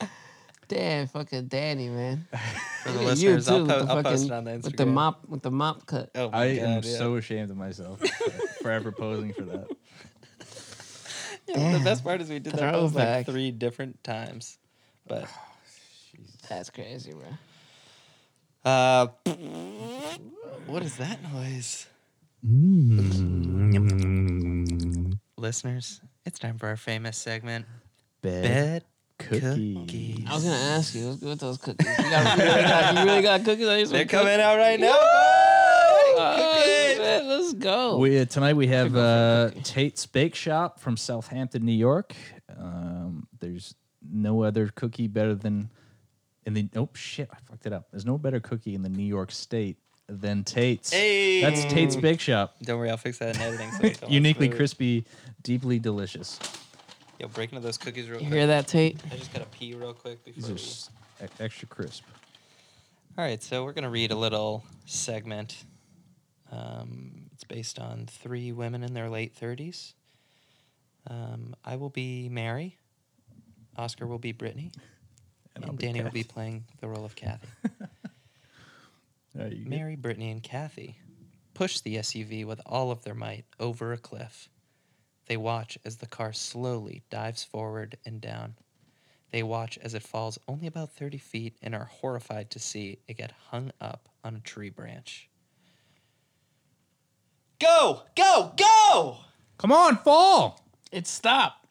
Speaker 1: Oh
Speaker 2: Damn, fucking Danny, man.
Speaker 1: For the
Speaker 2: Look at
Speaker 1: listeners, I'll,
Speaker 2: with
Speaker 1: po-
Speaker 2: the
Speaker 1: I'll post
Speaker 2: fucking-
Speaker 1: it on the Instagram.
Speaker 2: With the mop, with the mop cut.
Speaker 1: Oh my
Speaker 3: I
Speaker 1: God,
Speaker 3: am
Speaker 1: yeah.
Speaker 3: so ashamed of myself for- forever posing for that.
Speaker 1: Yeah, The best part is we did that post like
Speaker 2: Throwback.
Speaker 1: three different times. But
Speaker 2: That's crazy, bro.
Speaker 1: uh, what is that noise? Listeners, it's time for our famous segment,
Speaker 3: Bed,
Speaker 1: Bed
Speaker 3: cookie.
Speaker 1: Cookies.
Speaker 2: I was gonna ask you, what's good with those cookies? You, got, you, really, got, you really got cookies? on you? Some
Speaker 1: They're
Speaker 2: cookies?
Speaker 1: coming out right now.
Speaker 2: Oh,
Speaker 1: boys! Cookies!
Speaker 2: shit, let's
Speaker 1: Oh.
Speaker 2: go.
Speaker 3: We, uh, tonight we have uh, Tate's Bake Shop from Southampton, New York. Um, there's no other cookie better than in the oh shit, I fucked it up. There's no better cookie in the New York State than Tate's.
Speaker 1: Hey.
Speaker 3: That's Tate's Bake Shop.
Speaker 1: Don't worry, I'll fix that in editing. So it's all
Speaker 3: Uniquely
Speaker 1: smooth.
Speaker 3: crispy, deeply delicious.
Speaker 1: Yo, break into those cookies real
Speaker 2: You
Speaker 1: quick.
Speaker 2: hear that, Tate?
Speaker 1: I just gotta pee real quick
Speaker 3: These
Speaker 1: before.
Speaker 3: are
Speaker 1: We...
Speaker 3: s- e- extra crisp.
Speaker 1: All right, so we're gonna read a little segment. Um, it's based on three women in their late thirties. Um, I will be Mary. Oscar will be Brittany, and,
Speaker 3: I'll
Speaker 1: Danny will
Speaker 3: Kathy.
Speaker 1: be playing the role of Kathy.
Speaker 3: There you go.
Speaker 1: Mary, Brittany, and Kathy push the SUV with all of their might over a cliff. They watch as the car slowly dives forward and down. They watch as it falls only about 30 feet and are horrified to see it get hung up on a tree branch. Go! Go! Go!
Speaker 3: Come on, fall!
Speaker 2: It stopped.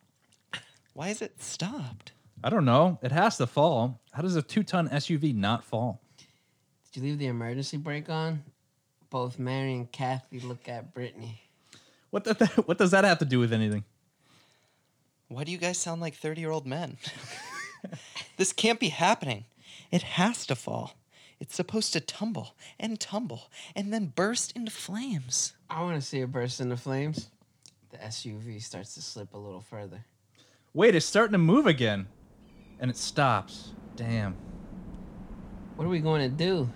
Speaker 1: Why is it stopped?
Speaker 3: I don't know. It has to fall. How does a two-ton SUV not fall?
Speaker 2: Did you leave the emergency brake on? Both Mary and Kathy look at Brittany.
Speaker 3: What the what does that have to do with anything?
Speaker 1: Why do you guys sound like 30 year old men? this can't be happening. It has to fall. It's supposed to tumble and tumble and then burst into flames.
Speaker 2: I want to see it burst into flames. The SUV starts to slip a little further.
Speaker 3: Wait, it's starting to move again, and it stops. Damn.
Speaker 2: What are we going to do?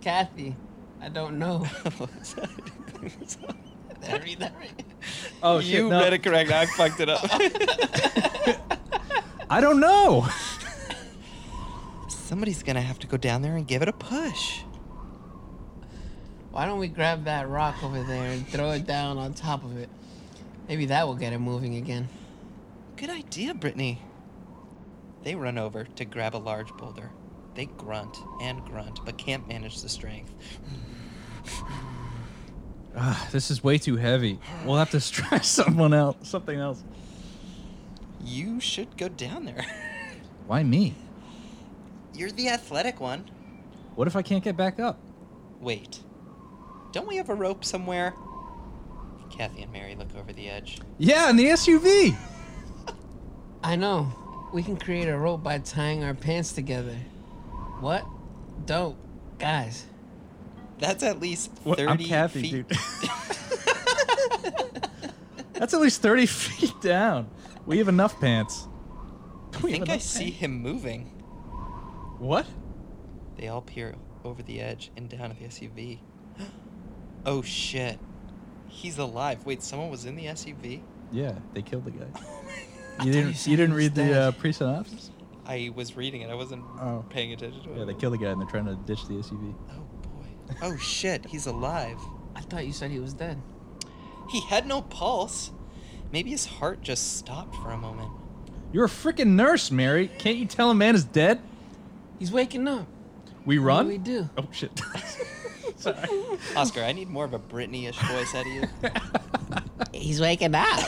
Speaker 2: Kathy, I don't know. Did I read that right?
Speaker 3: Oh shit!
Speaker 1: you
Speaker 3: no.
Speaker 1: read it correct. I fucked it up.
Speaker 3: I don't know.
Speaker 1: Somebody's gonna have to go down there and give it a push.
Speaker 2: Why don't we grab that rock over there and throw it down on top of it? Maybe that will get it moving again.
Speaker 1: Good idea, Brittany. They run over to grab a large boulder. They grunt and grunt, but can't manage the strength.
Speaker 3: Ah, this is way too heavy. We'll have to try someone else, something else.
Speaker 1: You should go down there.
Speaker 3: Why me?
Speaker 1: You're the athletic one.
Speaker 3: What if I can't get back up?
Speaker 1: Wait. Don't we have a rope somewhere? Kathy and Mary look over the edge.
Speaker 3: Yeah, in the SUV.
Speaker 2: I know. We can create a rope by tying our pants together. What? Dope. Guys,
Speaker 1: That's at least 30
Speaker 3: I'm Kathy,
Speaker 1: feet.
Speaker 3: dude. That's at least thirty feet down. We have enough pants.
Speaker 1: I think I see him moving.
Speaker 3: What?
Speaker 1: They all peer over the edge and down at the SUV. oh shit. He's alive. Wait, someone was in the SUV?
Speaker 3: Yeah, they killed the
Speaker 2: Oh
Speaker 3: guy. you
Speaker 2: thought you
Speaker 3: didn't.
Speaker 2: said
Speaker 3: You, didn't
Speaker 2: he was
Speaker 3: read
Speaker 2: dead.
Speaker 3: the uh, pre-synopsis.
Speaker 1: I was reading it. I wasn't
Speaker 3: Oh.
Speaker 1: paying attention to it.
Speaker 3: Yeah, they killed the guy and they're trying to ditch the SUV.
Speaker 1: Oh boy. Oh shit, he's alive.
Speaker 2: I thought you said he was dead.
Speaker 1: He had no pulse. Maybe his heart just stopped for a moment.
Speaker 3: You're a freaking nurse, Mary. Can't you tell a man is dead?
Speaker 2: He's waking up.
Speaker 3: We
Speaker 2: What
Speaker 3: run.
Speaker 2: do we do?
Speaker 3: Oh shit. Sorry.
Speaker 1: Oscar, I need more of a Britney-ish voice out of you.
Speaker 2: He's waking up.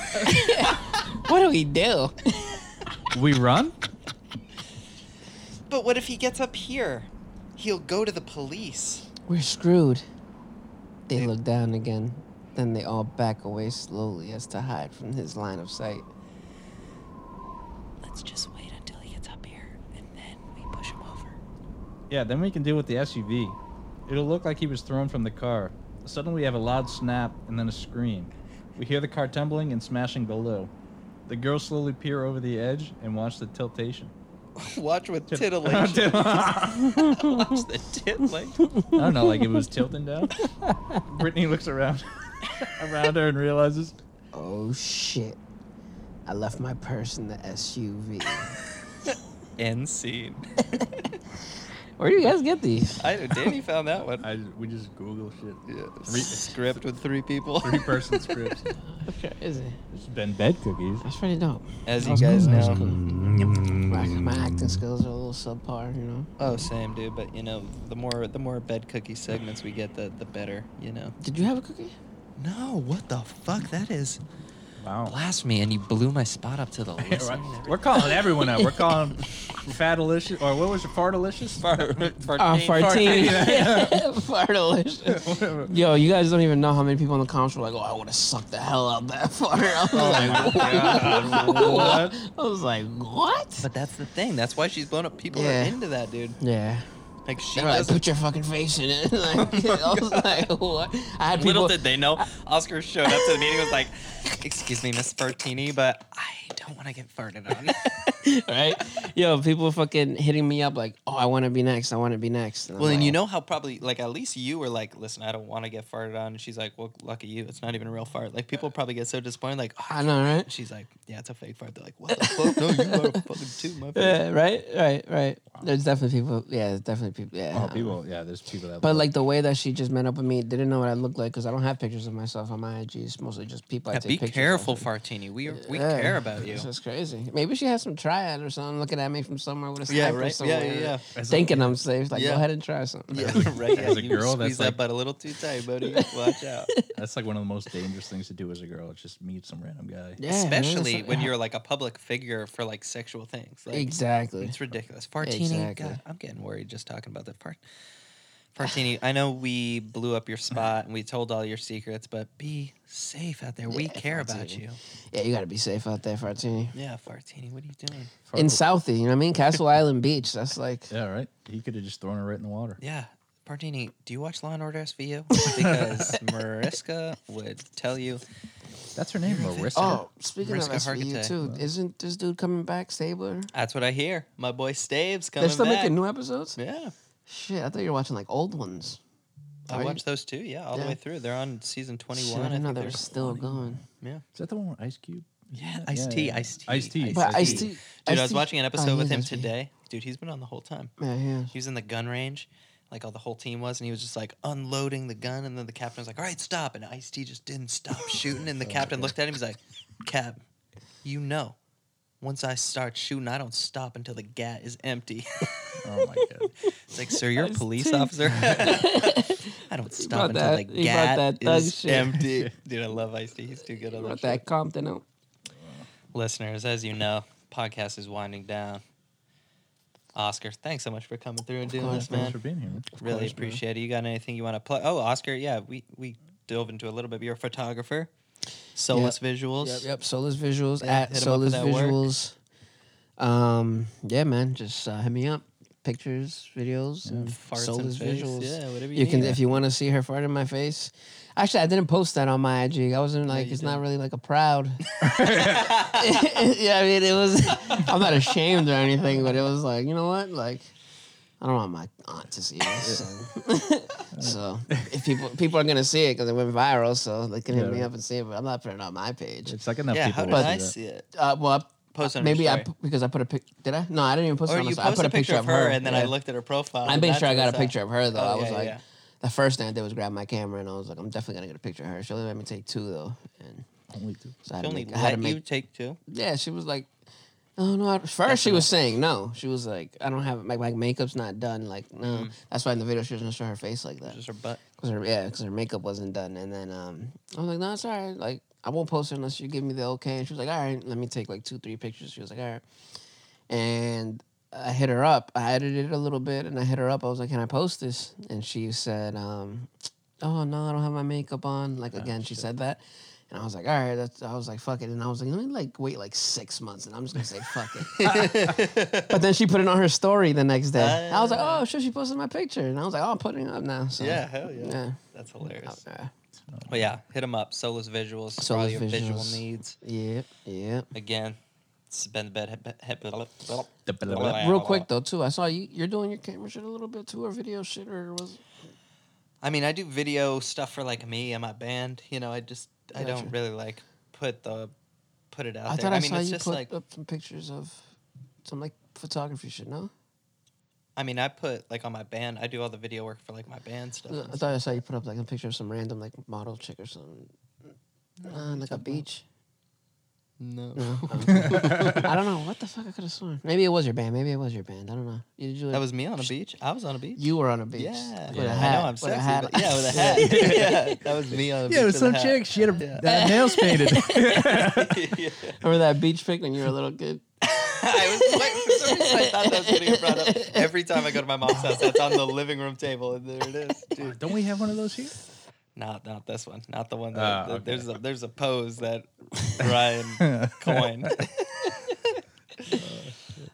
Speaker 2: what do we do?
Speaker 3: We run.
Speaker 1: But what if he gets up here? He'll go to the police.
Speaker 2: We're screwed. They look down again. Then they all back away slowly as to hide from his line of sight.
Speaker 6: Let's just wait until he gets up here and then we push him over.
Speaker 3: Yeah, then we can deal with the SUV. It'll look like he was thrown from the car. Suddenly, we have a loud snap and then a scream. We hear the car tumbling and smashing below. The girls slowly peer over the edge and watch the tiltation.
Speaker 1: Watch with titillation.
Speaker 3: I
Speaker 1: Watch the titillation.
Speaker 3: don't know, like it was tilting down. Brittany looks around, around her and realizes
Speaker 2: Oh shit. I left my purse in the SUV.
Speaker 1: End scene.
Speaker 2: Where do you guys get these?
Speaker 1: I know Danny found that one.
Speaker 3: I we just Google shit.
Speaker 1: Re- script with three people.
Speaker 3: Three person scripts.
Speaker 2: Is it?
Speaker 3: It's been bed cookies.
Speaker 2: That's pretty dope.
Speaker 1: As you guys know.
Speaker 2: My, my acting skills are a little subpar, you know.
Speaker 1: Oh, same dude. But you know, the more the more bed cookie segments we get, the the better. You know.
Speaker 2: Did you have a cookie?
Speaker 1: No, what the fuck? That is
Speaker 3: Wow.
Speaker 1: blasphemy, and you blew my spot up to the list.
Speaker 3: We're calling everyone out. We're calling Fatalicious, or what was it, Fartalicious?
Speaker 2: Ah, fartine.
Speaker 3: Whatever.
Speaker 2: Fartalish. Yo, you guys don't even know how many people in the comments were like, "Oh, I would have sucked the hell out that fart." I was like, "What?" I was like, "What?"
Speaker 1: But that's the thing. That's why she's blown up. People
Speaker 2: Yeah.
Speaker 1: are into that, dude.
Speaker 2: Yeah.
Speaker 1: Like she
Speaker 2: They were like,
Speaker 1: doesn't.
Speaker 2: put your fucking face in it. like, I was like, what? I had
Speaker 1: Little
Speaker 2: people.
Speaker 1: did they know. Oscar showed up to the meeting and was like, "Excuse me, Miss Bertini, but I don't want to get farted on."
Speaker 2: right? Yo, people fucking hitting me up like, oh, I want to be next. I want to be next. I'm
Speaker 1: well, and
Speaker 2: like,
Speaker 1: you know how probably like at least you were like, "Listen, I don't want to get farted on." And she's like, "Well, lucky you, it's not even a real fart." Like people probably get so disappointed. Like, oh,
Speaker 2: I know, right?
Speaker 1: And she's like, "Yeah, it's a fake fart." They're like, "What the fuck? No, you are a fucking two, my face."
Speaker 2: Yeah, right, right, right. There's definitely people. Yeah, there's definitely people. Yeah.
Speaker 3: Oh, people, yeah, there's people that.
Speaker 2: But
Speaker 3: love-
Speaker 2: like the way that she just met up with me, didn't know what I looked like because I don't have pictures of myself on my IG. It's mostly just people. I
Speaker 1: Yeah,
Speaker 2: take
Speaker 1: be
Speaker 2: pictures
Speaker 1: careful,
Speaker 2: Of.
Speaker 1: Fartini. We are, we
Speaker 2: Yeah.
Speaker 1: care about you.
Speaker 2: This is crazy. Maybe she had some triad or something looking at me from somewhere with a
Speaker 1: Yeah,
Speaker 2: sniper
Speaker 1: right. Yeah,
Speaker 2: somewhere.
Speaker 1: yeah, yeah.
Speaker 2: Thinking I'm safe. Like,
Speaker 1: Yeah.
Speaker 2: go ahead and try something.
Speaker 1: Yeah, right.
Speaker 3: As a
Speaker 1: you
Speaker 3: girl,
Speaker 1: squeeze
Speaker 3: that's
Speaker 1: that
Speaker 3: like-
Speaker 1: butt a little too tight, buddy. Watch out.
Speaker 3: that's like one of the most dangerous things to do as a girl. Is just meet some random guy.
Speaker 2: Yeah, man, it's
Speaker 1: Especially
Speaker 2: like-
Speaker 1: when you're like a public figure for like sexual things. Like,
Speaker 2: exactly.
Speaker 1: It's ridiculous. Fartini,
Speaker 2: Exactly.
Speaker 1: God, I'm getting worried just talking about that part. Fartini, I know we blew up your spot and we told all your secrets, but be safe out there. We care about
Speaker 2: Fartini.
Speaker 1: you.
Speaker 2: Yeah, you gotta be safe out there, Fartini.
Speaker 1: Yeah, Fartini, what are you doing?
Speaker 2: In Southie, you know what I mean? Castle Island Beach. That's like
Speaker 3: Yeah, right. He could have just thrown her right in the water.
Speaker 1: Yeah. Partini, do you watch Law and Order SVU? Because Mariska would tell you.
Speaker 3: That's her name, Marissa.
Speaker 2: Oh, speaking
Speaker 1: Mariska
Speaker 2: of SVU
Speaker 1: Hargitay.
Speaker 2: too, isn't this dude coming back, Stabler?
Speaker 1: That's what I hear. My boy Staves coming
Speaker 2: They're still
Speaker 1: back.
Speaker 2: making new episodes.
Speaker 1: yeah.
Speaker 2: Shit, I thought you were watching like old ones. Are
Speaker 1: I
Speaker 2: you-
Speaker 1: watched those too. Yeah, all
Speaker 2: Yeah.
Speaker 1: the way through. They're on season
Speaker 2: Shit,
Speaker 1: 21.
Speaker 2: I didn't know
Speaker 1: think
Speaker 2: they were
Speaker 1: they're-
Speaker 2: still going.
Speaker 1: Yeah.
Speaker 3: Is that the one with Ice Cube?
Speaker 1: Yeah, Ice T, Ice T,
Speaker 3: Ice T.
Speaker 2: But I
Speaker 1: Ice-T.
Speaker 2: still,
Speaker 1: Dude, I was watching an episode with him today. Dude, he's been on the whole time.
Speaker 2: Yeah, yeah.
Speaker 1: He was in the gun range, like all the whole team was, and he was just like unloading the gun. And then the captain was like, "All right, stop!" And Ice T just didn't stop shooting. And the captain looked at him. He's like, "Cap, you know, once I start shooting, I don't stop until the gat is empty."
Speaker 3: Oh my god.
Speaker 1: it's like, sir, you're a police
Speaker 2: T.
Speaker 1: officer. I don't
Speaker 2: brought
Speaker 1: stop until
Speaker 2: that-
Speaker 1: the
Speaker 2: he brought
Speaker 1: gat
Speaker 2: that thug
Speaker 1: is
Speaker 2: shit.
Speaker 1: empty. Dude, I love Ice T. He's too good on that.
Speaker 2: Brought
Speaker 1: shit.
Speaker 2: that Compton oh. out.
Speaker 1: listeners, as you know, podcast is winding down. Oscar, thanks so much for coming through and doing this,
Speaker 2: course,
Speaker 3: Thanks
Speaker 1: man.
Speaker 3: for being here. man.
Speaker 1: Really appreciate it. You got anything you want to plug? Oh, Oscar, yeah, we we dove into a little bit. You're a photographer, Solus Visuals.
Speaker 2: Yep, yep. Solus Visuals
Speaker 1: Yeah,
Speaker 2: at
Speaker 1: hit 'em up for
Speaker 2: Solus
Speaker 1: that work.
Speaker 2: Visuals. Um, yeah, man, just uh, hit me up. Pictures, videos, and
Speaker 1: Mm. Farts and
Speaker 2: Solus
Speaker 1: face.
Speaker 2: Visuals.
Speaker 1: Yeah, whatever you,
Speaker 2: You can
Speaker 1: need.
Speaker 2: if you want to see her fart in my face. Actually, I didn't post that on my IG. I wasn't like
Speaker 1: you
Speaker 2: it's not really like a proud. yeah, I mean it was. I'm not ashamed or anything, but it was like you know what, like I don't want my aunt to see this. so- so if people people are gonna see it because it went viral, so they can hit
Speaker 3: Yeah,
Speaker 2: me
Speaker 3: right.
Speaker 2: up and see it. But I'm not putting it on my page.
Speaker 3: It's like enough
Speaker 1: yeah, how
Speaker 3: people.
Speaker 1: did
Speaker 3: would
Speaker 1: I
Speaker 3: do that.
Speaker 1: see it?
Speaker 2: Uh, well, I,
Speaker 1: Post it on your
Speaker 2: maybe I
Speaker 1: story.
Speaker 2: pu- because I put a pic. Did I? No, I didn't even post
Speaker 1: Or
Speaker 2: it. On
Speaker 1: you
Speaker 2: the
Speaker 1: post
Speaker 2: side. I put a picture of her,
Speaker 1: and then
Speaker 2: yeah.
Speaker 1: I looked at her profile.
Speaker 2: I
Speaker 1: and
Speaker 2: made
Speaker 1: that's
Speaker 2: sure I
Speaker 1: what
Speaker 2: got a
Speaker 1: saw.
Speaker 2: picture of her though.
Speaker 1: Oh,
Speaker 2: I was
Speaker 1: yeah,
Speaker 2: like,
Speaker 1: yeah.
Speaker 2: the first thing I did was grab my camera and I was like, I'm definitely gonna get a picture of her. She only let me take two though, and
Speaker 3: Only two.
Speaker 2: so I
Speaker 1: She
Speaker 2: had to
Speaker 1: only
Speaker 2: make. I had to
Speaker 1: let you
Speaker 2: make
Speaker 1: take two.
Speaker 2: yeah, she was like, oh no. At first she was saying no. She was like, I don't have my, my makeup's not done. Like no,
Speaker 1: Mm-hmm.
Speaker 2: that's why in the video she doesn't show her face like that.
Speaker 1: Just her butt.
Speaker 2: Cause her, yeah, because her makeup wasn't done. And then um, I was like, no, it's all right. Like, I won't post it unless you give me the okay. And she was like, all right, let me take like two, three pictures. She was like, all right. And I hit her up. I edited it a little bit and I hit her up. I was like, can I post this? And she said, um, oh, no, I don't have my makeup on. Like, again, she said that. And I was like, all right, that's, I was like, fuck it. And I was like, let me like wait like six months and I'm just gonna say fuck it. but then she put it on her story the next day. I was like, oh, sure, she posted my picture. And I was like, oh, I'm putting it up now. So
Speaker 1: Yeah, hell yeah.
Speaker 2: yeah.
Speaker 1: That's hilarious.
Speaker 2: Uh,
Speaker 1: But yeah, hit him up. Solus Visuals. for all
Speaker 2: Solus
Speaker 1: your visual
Speaker 2: Visuals.
Speaker 1: needs.
Speaker 2: Yep, yep.
Speaker 1: again. It's been the bed.
Speaker 2: Real quick though, too. I saw you. You're doing your camera shit a little bit too, or video shit, or was
Speaker 1: I mean, I do video stuff for like me and my band. You know, I just I
Speaker 2: Gotcha.
Speaker 1: don't really like put the put it out
Speaker 2: I
Speaker 1: there.
Speaker 2: thought I,
Speaker 1: mean,
Speaker 2: saw
Speaker 1: it's
Speaker 2: you
Speaker 1: just
Speaker 2: put
Speaker 1: like
Speaker 2: up some pictures of some like photography shit. No,
Speaker 1: I mean, I put like on my band. I do all the video work for like my band stuff.
Speaker 2: I thought I saw you put up like a picture of some random like model chick or something. Uh, like a beach.
Speaker 1: No,
Speaker 2: I don't know what the fuck I could have sworn. Maybe it was your band. Maybe it was your band. I don't know. You did you,
Speaker 1: that was me on a beach. I was on a beach.
Speaker 2: you were on a beach.
Speaker 1: yeah,
Speaker 2: with
Speaker 1: yeah.
Speaker 2: a
Speaker 1: I
Speaker 2: hat.
Speaker 1: know I'm
Speaker 2: with
Speaker 1: sexy.
Speaker 2: a hat.
Speaker 1: but- yeah, with a hat. yeah, that was me on a beach.
Speaker 3: Yeah, it
Speaker 1: with
Speaker 3: was some
Speaker 1: a
Speaker 3: chick.
Speaker 1: hat.
Speaker 3: She had a uh, nails painted.
Speaker 1: Yeah.
Speaker 2: Remember that beach pic when you were a little kid?
Speaker 1: I was like, for some reason, I thought that was getting brought up. Every time I go to my mom's house, that's on the living room table, and there it is, dude.
Speaker 3: Don't we have one of those here?
Speaker 1: Not not this one. Not the one that,
Speaker 3: Ah,
Speaker 1: that-
Speaker 3: okay.
Speaker 1: there's a there's a pose that Ryan coined.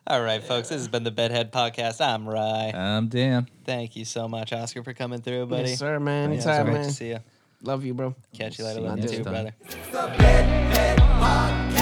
Speaker 1: All All right, folks, this has been the Bedhead Podcast. I'm Rye.
Speaker 3: Um, damn.
Speaker 1: Thank you so much, Oscar, for coming through, buddy.
Speaker 2: Yes, sir, man.
Speaker 1: Yeah, it was
Speaker 2: Anytime,
Speaker 1: great
Speaker 2: man.
Speaker 1: to see you.
Speaker 2: Love you, bro.
Speaker 1: Catch you
Speaker 3: See
Speaker 1: later.
Speaker 3: you
Speaker 1: Love you
Speaker 3: next
Speaker 1: too,
Speaker 3: time.
Speaker 1: brother.
Speaker 4: It's the Bedhead Podcast.